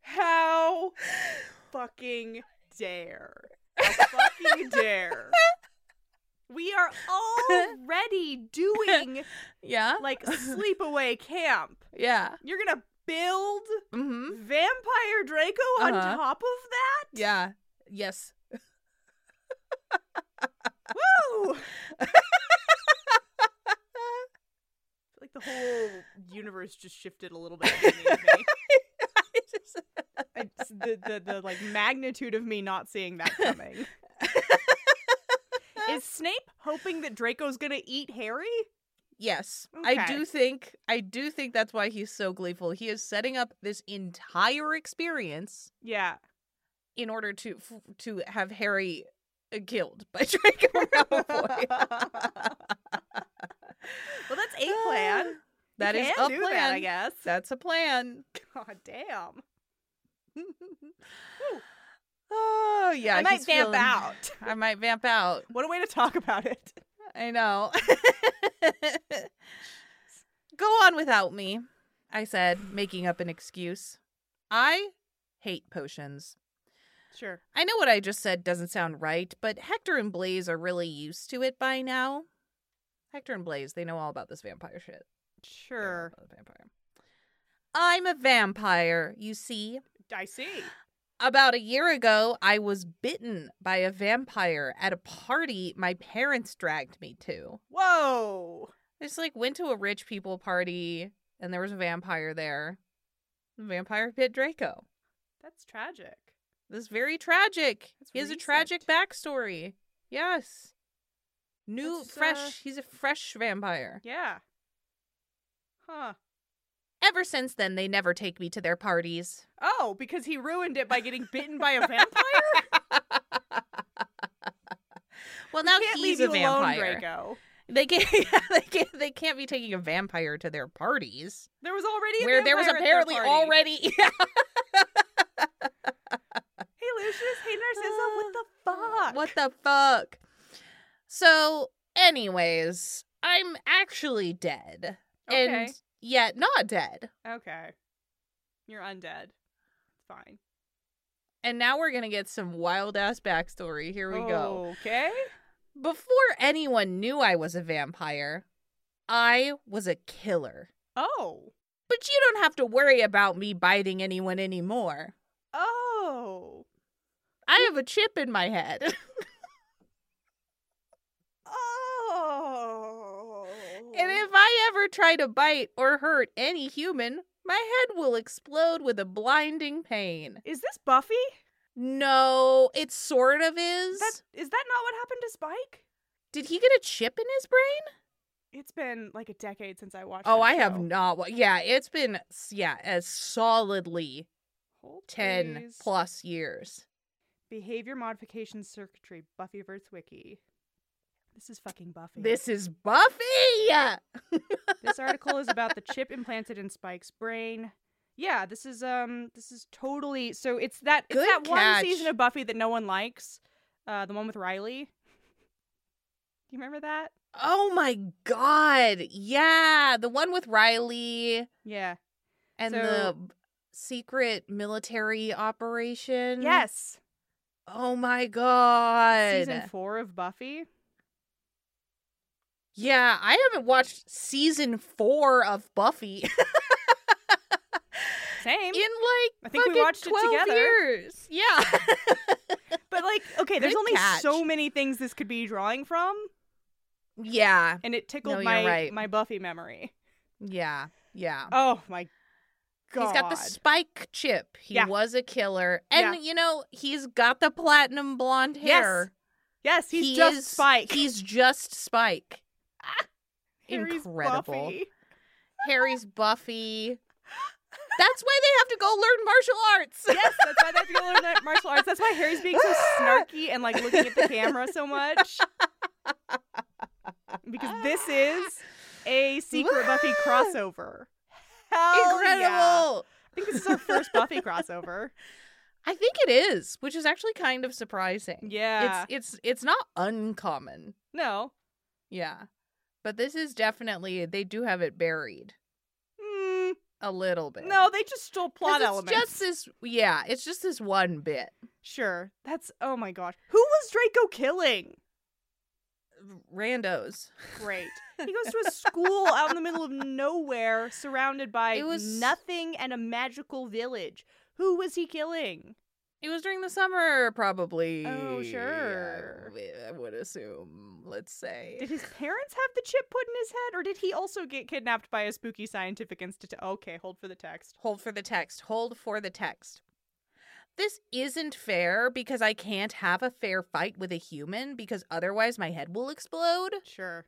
how fucking dare? How fucking dare? We are already doing
yeah.
like sleepaway camp.
Yeah.
You're gonna build
Mm-hmm.
Vampire Draco on
Uh-huh.
top of that?
Yeah. Yes.
Woo! like the whole universe just shifted a little bit. underneath me. I just- the, the the like magnitude of me not seeing that coming. Is Snape hoping that Draco's gonna eat Harry?
yes. I
Okay.
do think I do think that's why he's so gleeful. He is setting up this entire experience
Yeah.
in order to f- to have Harry uh, killed by Draco
Oh,
Malfoy.
Well, that's a plan. You
That is
can
a
do
plan.
That, I guess.
That's a plan.
God damn.
oh yeah,
I might
he's
vamp
feeling-
out.
I might vamp out.
What a way to talk about it.
I know. Go on without me, I said, making up an excuse. I hate potions.
Sure.
I know what I just said doesn't sound right, but Hector and Blaze are really used to it by now. Hector and Blaze, they know all about this vampire shit. They know all
Sure.
about the vampire. I'm a vampire, you see.
I see.
About a year ago, I was bitten by a vampire at a party my parents dragged me to.
Whoa.
I just like went to a rich people party and there was a vampire there. The vampire bit Draco.
That's tragic.
This is very tragic.
That's
he has
recent.
a tragic backstory. Yes. New
That's,
fresh
uh,
he's a fresh vampire.
Yeah. Huh.
Ever since then they never take me to their parties.
Oh, because he ruined it by getting bitten by a vampire?
Well now
We can't
he's
leave
a
you alone,
vampire.
Draco.
they can't, they can't they can't be taking a vampire to their parties.
There was already a
where there was
vampire at
apparently
their party.
already
Hey Lucius, hey Narcissa, what the fuck?
Uh, What the fuck? So, anyways, I'm actually dead.
Okay.
And yet not dead.
Okay. You're undead. It's fine.
And now we're going to get some wild ass backstory. Here we
Oh.
go.
Okay.
Before anyone knew I was a vampire, I was a killer.
Oh.
But you don't have to worry about me biting anyone anymore.
Oh.
I have a chip in my head.
Oh.
And if I ever try to bite or hurt any human, my head will explode with a blinding pain.
Is this Buffy?
No, it sort of is.
That is that not what happened to Spike?
Did he get a chip in his brain?
It's been like a decade since I watched.
Oh,
that
I have
show.
not. wa- Yeah, it's been s- yeah, as solidly
Hold
10
please.
plus years.
Behavior modification circuitry, Buffyverse wiki. This is fucking Buffy.
This is Buffy.
this article is about the chip implanted in Spike's brain. Yeah, this is um this is totally so it's that it's
Good
that
catch.
one season of Buffy that no one likes. Uh the one with Riley. Do you remember that?
Oh my god. Yeah, the one with Riley
Yeah.
and
So-
the secret military operation.
Yes.
Oh my god.
Season 4 of Buffy.
Yeah, I haven't watched season 4 of Buffy.
Same.
in like
I think we
fucking
watched it
12
together.
Years. Yeah.
But like okay, there's
Good
only
catch.
so many things this could be drawing from
yeah.
and it tickled
you're
my
right.
my Buffy memory.
Yeah. Yeah.
Oh my god.
He's got the spike chip. He
Yeah.
was a killer. And
Yeah.
you know, he's got the platinum blonde
Yes.
hair.
Yes, he's
He
just
is-
Spike.
He's just Spike.
Harry's
incredible.
Buffy.
Harry's Buffy. That's why they have to go learn martial arts.
Yes, that's why they have to go learn that martial arts. That's why Harry's being so snarky and like looking at the camera so much. Because this is a secret Buffy crossover. Hell
Incredible.
Oh, yeah. I think this is our first Buffy crossover.
I think it is, which is actually kind of surprising.
Yeah.
It's it's it's not uncommon.
no.
Yeah. But this is definitely they do have it buried
Mm,
a little bit.
no, they just stole
'Cause
plot
it's
elements.
Just this yeah, it's just this one bit.
Sure. That's oh my gosh. Who was Draco killing?
randos.
Great. He goes to a school out in the middle of nowhere, surrounded by
It was-
nothing and a magical village. Who was he killing?
It was during the summer, probably.
Oh,
I
sure.
w- I would assume, let's say.
Did his parents have the chip put in his head, or did he also get kidnapped by a spooky scientific institute? Okay, hold for the text.
Hold for the text. Hold for the text. This isn't fair because I can't have a fair fight with a human because otherwise my head will explode.
Sure.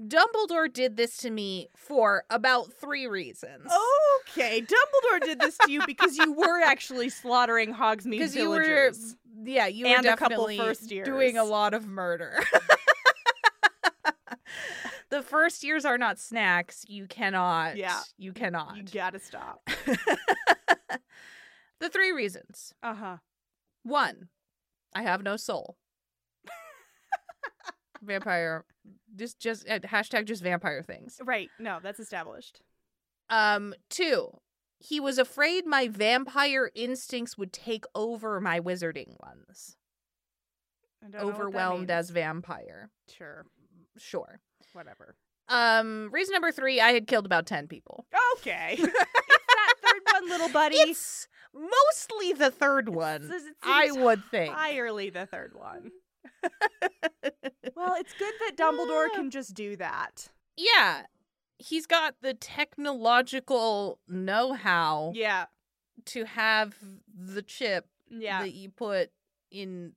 Dumbledore did this to me for about three reasons.
Oh, Okay, Dumbledore did this to you because you were actually slaughtering Hogsmeade
because you were,
villagers.
yeah, you were
And a couple
definitely
first
doing a
years.
lot of murder. the first years are not snacks. You cannot.
Yeah.
you cannot.
You gotta stop.
the three reasons.
Uh huh.
One, I have no soul. vampire, just just uh, hashtag just vampire things.
Right. No, that's established.
Um, two, he was afraid my vampire instincts would take over my wizarding ones.
I don't know what that
Overwhelmed
means.
as vampire,
Sure.
sure.
Whatever.
Um, reason number three, I had killed about ten people.
Okay. it's that third one, little buddy.
It's mostly the third one.
This is- it's
I would think.
entirely the third one. well, it's good that Dumbledore can just do that.
Yeah. He's got the technological know how
Yeah.
to have the chip
Yeah.
that you put in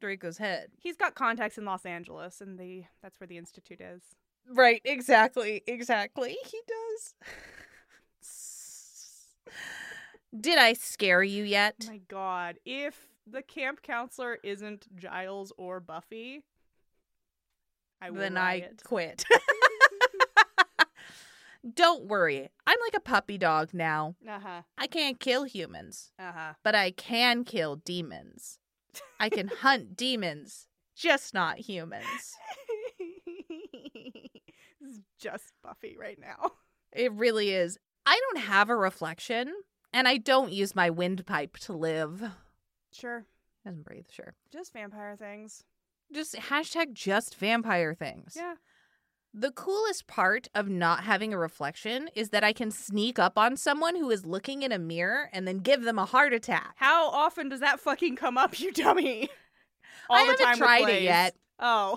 Draco's head.
He's got contacts in Los Angeles and the that's where the institute is.
Right, exactly, exactly. He does. Did I scare you yet?
My god, if the camp counselor isn't Giles or Buffy, I will
then I
riot.
quit. Don't worry. I'm like a puppy dog now.
Uh-huh.
I can't kill humans,
Uh-huh.
but I can kill demons. I can hunt demons, just not humans.
this is just Buffy right now.
It really is. I don't have a reflection, and I don't use my windpipe to live.
Sure.
Doesn't breathe, sure.
Just vampire things.
Just hashtag just vampire things.
Yeah.
The coolest part of not having a reflection is that I can sneak up on someone who is looking in a mirror and then give them a heart attack.
How often does that fucking come up, you dummy? All
I
the
haven't
time with
tried it
Blaze.
yet.
Oh.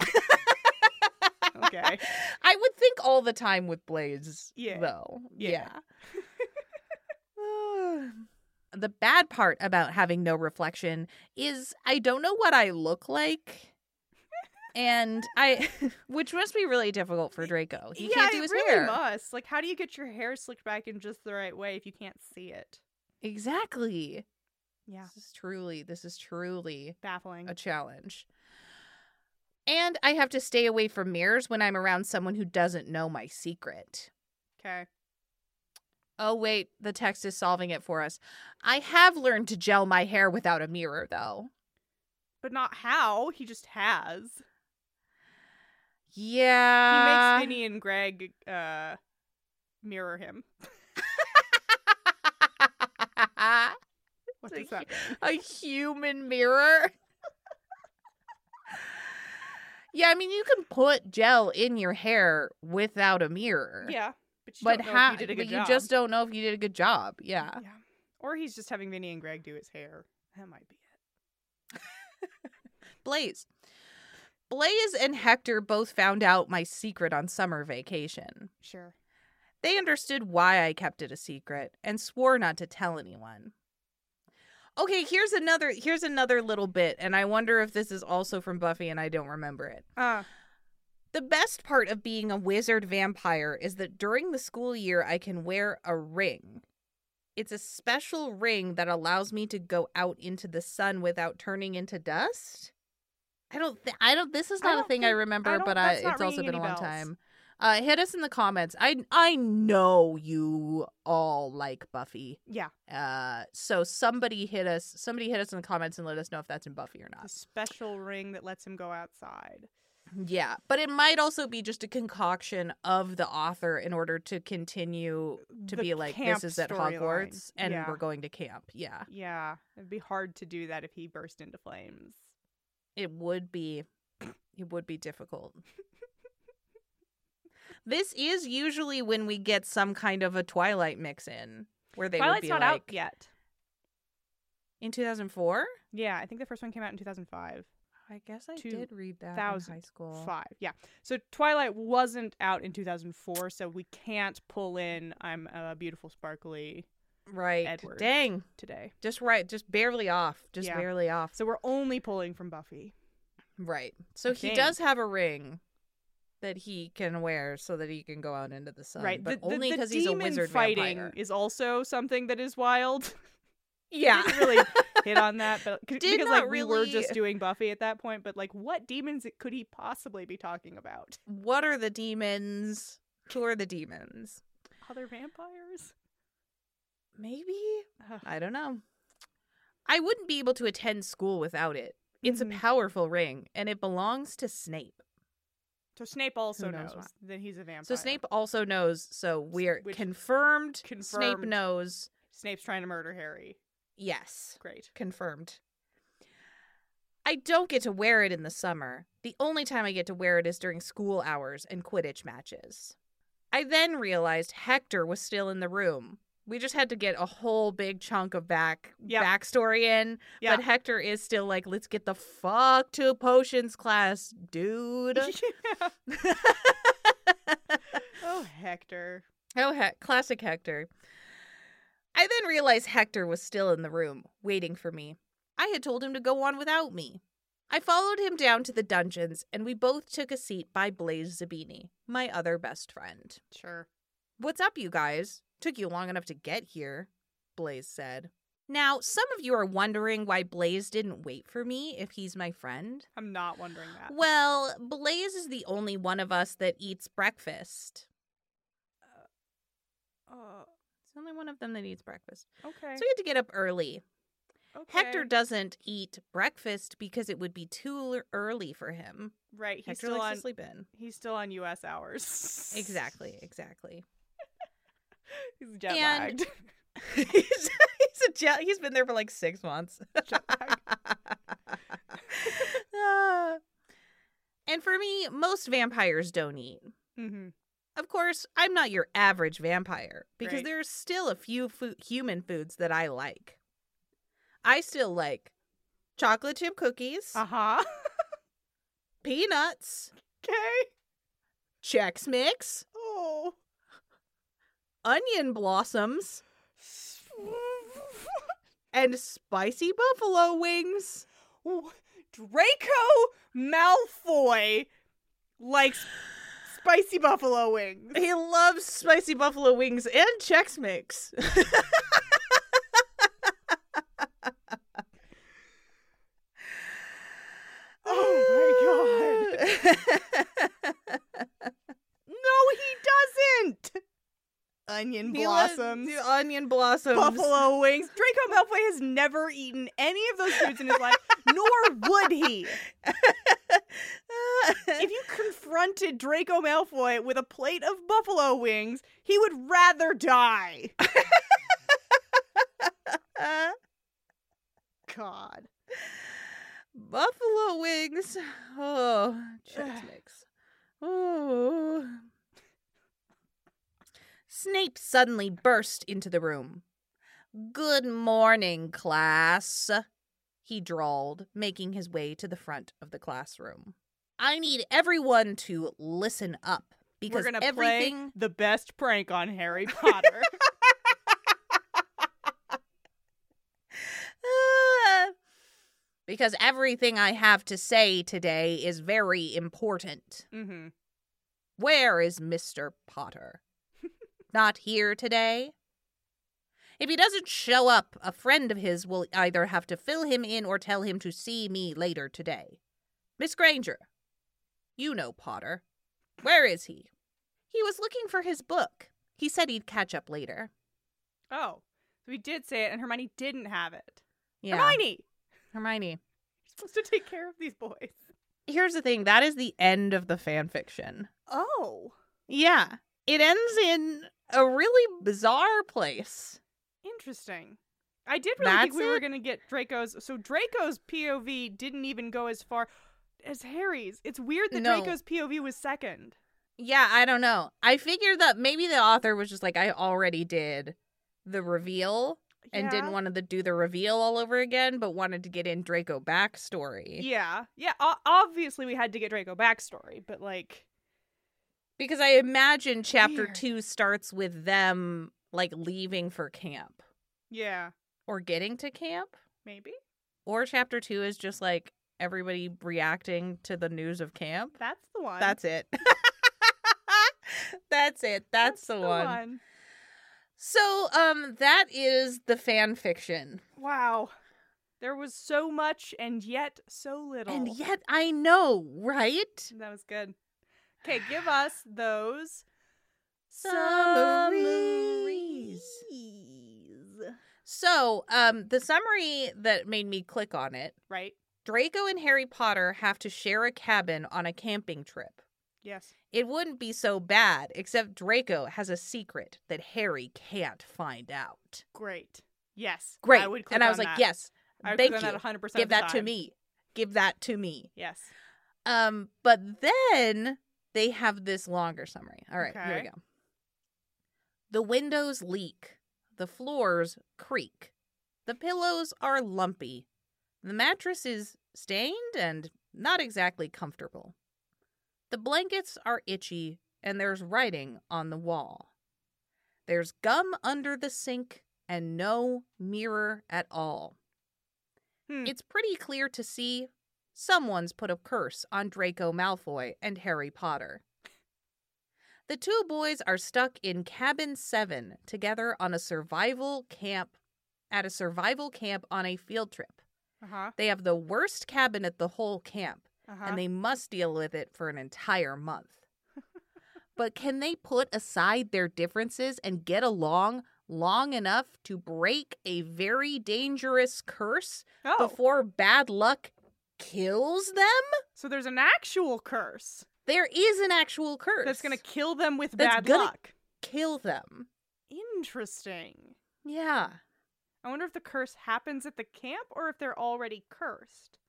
okay.
I would think all the time with Blaze,
Yeah.
though.
Yeah.
Yeah. the bad part about having no reflection is I don't know what I look like. And I, which must be really difficult for Draco. He
yeah,
can't do
it
his
really
hair.
must. Like, how do you get your hair slicked back in just the right way if you can't see it?
Exactly.
Yeah,
This is truly, this is truly
baffling.
a challenge. And I have to stay away from mirrors when I'm around someone who doesn't know my secret.
Okay.
Oh, wait, the text is solving it for us. I have learned to gel my hair without a mirror, though.
But not how. He just has.
Yeah.
he makes Vinny and Greg uh, mirror him. What
It's
does that mean?
a human mirror. yeah, I mean, you can put gel in your hair without a mirror.
Yeah. But you,
But
don't know if
how?
you did a
but
good
you
job.
just don't know if you did a good job. Yeah.
Yeah. Or he's just having Vinny and Greg do his hair. That might be it.
Blaze. Blaze and Hector both found out my secret on summer vacation.
Sure.
They understood why I kept it a secret and swore not to tell anyone. Okay, here's another here's another little bit and I wonder if this is also from Buffy and I don't remember it.
Uh,
The best part of being a wizard vampire is that during the school year I can wear a ring. It's a special ring that allows me to go out into the sun without turning into dust. I don't thi- I don't this is
I
not a
don't
thing I
think- I
remember
don't-
but I,
that's not
it's also
ringing
been a long
any bells.
time. Uh hit us in the comments. I I know you all like Buffy.
yeah.
Uh so somebody hit us somebody hit us in the comments and let us know if that's in Buffy or
The
not.
special ring that lets him go outside.
Yeah, but it might also be just a concoction of the author in order to continue to
The
be like
camp
this is at
storyline.
Hogwarts and
Yeah.
we're going to camp. Yeah.
Yeah, it'd be hard to do that if he burst into flames.
It would be It would be difficult. this is usually when we get some kind of a Twilight mix in where they
Twilight's
would be
not
like
out yet.
in 2004.
Yeah, I think the first one came out in 2005.
I guess I
Two
did read that in high
thousand
school.
Five, yeah. So Twilight wasn't out in 2004, so we can't pull in I'm a Beautiful Sparkly
Right.
Edward.
Dang.
today.
Just right. Just barely off. Just
Yeah.
barely off.
So we're only pulling from Buffy.
Right. So
I
he
think.
does have a ring that he can wear so that he can go out into the sun.
right.
But
the, the-
only
the
because he's a
demon
wizard
fighting
vampire.
is also something that is wild.
Yeah.
Didn't really hit on that, but c-
Did
because
not
like we were
really-
just doing Buffy at that point, but like what demons could he possibly be talking about?
what are the demons? Who are the demons?
Other vampires?
Maybe?
Ugh.
I don't know. I wouldn't be able to attend school without it. It's a
Mhm.
powerful ring and it belongs to Snape.
So Snape also
knows
knows,
why.
that he's a vampire.
So Snape also knows, so we're
which-
confirmed, Snape
Confirmed.
knows.
Snape's trying to murder Harry.
Yes.
Great.
Confirmed. I don't get to wear it in the summer. The only time I get to wear it is during school hours and Quidditch matches. I then realized Hector was still in the room. We just had to get a whole big chunk of back
Yeah.
backstory in.
Yeah.
But Hector is still like, let's get the fuck to potions class, dude.
Yeah. Oh, Hector.
Oh, heck, classic Hector. I then realized Hector was still in the room, waiting for me. I had told him to go on without me. I followed him down to the dungeons, and we both took a seat by Blaze Zabini, my other best friend.
Sure.
What's up, you guys? Took you long enough to get here, Blaze said. Now, some of you are wondering why Blaze didn't wait for me if he's my friend.
I'm not wondering
Uh.
that.
Well, Blaze is the only one of us that eats breakfast.
Uh,
It's the only one of them that eats breakfast.
okay.
So we had to get up early.
okay.
Hector doesn't eat breakfast because it would be too l- early for him.
Right. He's
Hector
still
likes
on.
to sleep in.
He's still on U.S. hours.
Exactly, exactly.
He's jet
And-
lagged.
he's, he's a jet. He's been there for like six months.
Jet lagged.
Ah. and for me, most vampires don't eat.
hmm
Of course, I'm not your average vampire because
Right.
there's still a few fo- human foods that I like. I still like chocolate chip cookies,
Uh huh.
peanuts,
okay.
Chex Mix,
Oh.
onion blossoms. and spicy buffalo wings.
Draco Malfoy likes spicy buffalo wings.
He loves spicy buffalo wings and Chex Mix.
Oh
my god.
No, he doesn't. Onion blossoms.
The onion blossoms.
Buffalo wings. Draco Malfoy has never eaten any of those foods in his life, nor would he. If you confronted Draco Malfoy with a plate of buffalo wings, he would rather die.
Uh,
God.
buffalo wings. Oh, Chex
Ugh.
Mix. Oh. Snape suddenly burst into the room. Good morning, class, he drawled, making his way to the front of the classroom. I need everyone to listen up because
We're gonna
everything.
play the best prank on Harry Potter.
Ah. because everything I have to say today is very important.
mm-hmm.
Where is Mr. Potter? Not here today? If he doesn't show up, a friend of his will either have to fill him in or tell him to see me later today. Miss Granger, you know Potter. Where is he? He was looking for his book. He said he'd catch up later.
Oh, so he did say it, and Hermione didn't have it.
Yeah.
Hermione,
Hermione.
you're supposed to take care of these boys.
Here's the thing that is the end of the fan fiction.
Oh,
Yeah. It ends in a really bizarre place.
interesting. I did really think
That's
we were
it?
going to get Draco's. So Draco's POV didn't even go as far. as Harry's. It's weird that
No.
Draco's POV was second.
Yeah, I don't know. I figured that maybe the author was just like, I already did the reveal and didn't
Yeah.
want to do the reveal all over again, but wanted to get in Draco backstory.
Yeah, yeah. o- Obviously, we had to get Draco backstory, but like,
Because I imagine chapter
Weird.
two starts with them like leaving for camp
yeah,
or getting to camp,
maybe
or chapter two is just like everybody reacting to the news of camp.
that's the one.
That's it. That's it. That's, the, one. So, um, that is the fan fiction.
Wow, there was so much and yet so little.
And yet I know, right?
that was good. Okay, give us those
Summaries.
summaries.
So, um, the summary that made me click on it
Right?
Draco and Harry Potter have to share a cabin on a camping trip.
Yes.
It wouldn't be so bad, except Draco has a secret that Harry can't find out.
Great. Yes.
Great.
I would click
and I was
on
like,
that.
yes,
I would
thank
click on
you.
that 100% of
give
the
that to
time.
me. Give that to me.
Yes.
Um, but then they have this longer summary. All right, here we
Okay.
go. The windows leak, the floors creak, the pillows are lumpy, the mattress is stained and not exactly comfortable. The blankets are itchy, and there's writing on the wall. There's gum under the sink and no mirror at all.
Hmm.
It's pretty clear to see someone's put a curse on Draco Malfoy and Harry Potter. The two boys are stuck in cabin 7 together on a survival camp at a survival camp on a field trip.
Uh-huh.
They have the worst cabin at the whole camp
Uh-huh.
and they must deal with it for an entire month. but can they put aside their differences and get along long enough to break a very dangerous curse
oh,
before bad luck kills them?
so there's an actual curse,
There is an actual curse
that's going to kill them with
That's
bad
gonna-
luck.
kill them.
Interesting.
Yeah.
I wonder if the curse happens at the camp or if they're already cursed.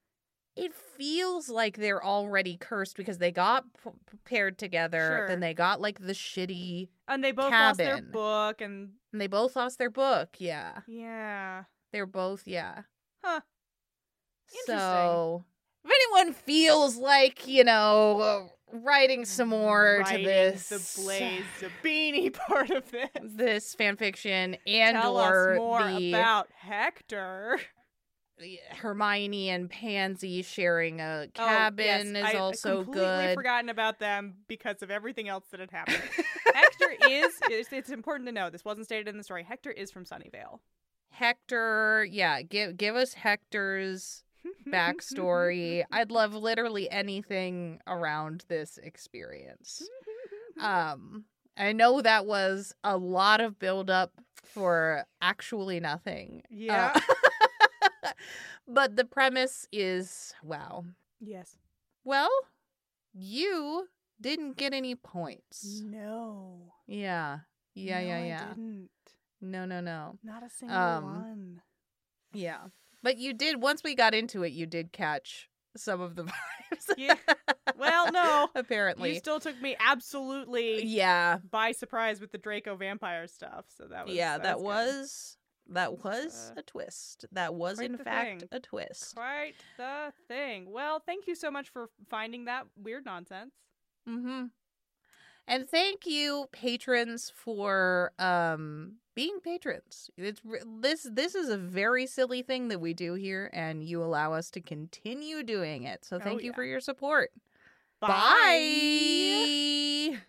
It feels like they're already cursed because they got p- paired together,
Sure.
then they got like the shitty,
And they both lost their
Cabin.
book and
and they both lost their book. Yeah.
yeah.
They're both, yeah.
Huh.
So, if anyone feels like, you know, uh, writing some more
Writing
to this
the blaze the beanie part of this.
this fan fiction and
Tell
or
us more
the
about Hector. Oh,
Hermione and Pansy sharing a
Oh,
cabin
yes,
is
I
also
completely
good.
forgotten about them because of everything else that had happened. Hector is it's, it's important to know this wasn't stated in the story. Hector is from Sunnyvale.
Hector, yeah, give give us Hector's backstory. I'd love literally anything around this experience. Um, I know that was a lot of build up for actually nothing. Uh,
yeah.
but the premise is wow.
yes.
Well, you didn't get any points.
No.
Yeah. Yeah,
No,
yeah,
I
yeah.
didn't.
No, no, no.
Not a single
Um,
one.
Yeah. But you did once we got into it, you did catch some of the vibes.
Yeah. Well, no.
Apparently.
You still took me absolutely
yeah.
by surprise with the Draco vampire stuff. So that was
yeah, that
good.
was that was
uh,
a twist. That was
quite
in
the
fact
thing.
a twist.
quite the thing. Well, thank you so much for finding that weird nonsense.
Mhm. And thank you patrons for um being patrons. It's re- this this is a very silly thing that we do here and you allow us to continue doing it. So
Oh,
thank you
yeah.
for your support. Bye.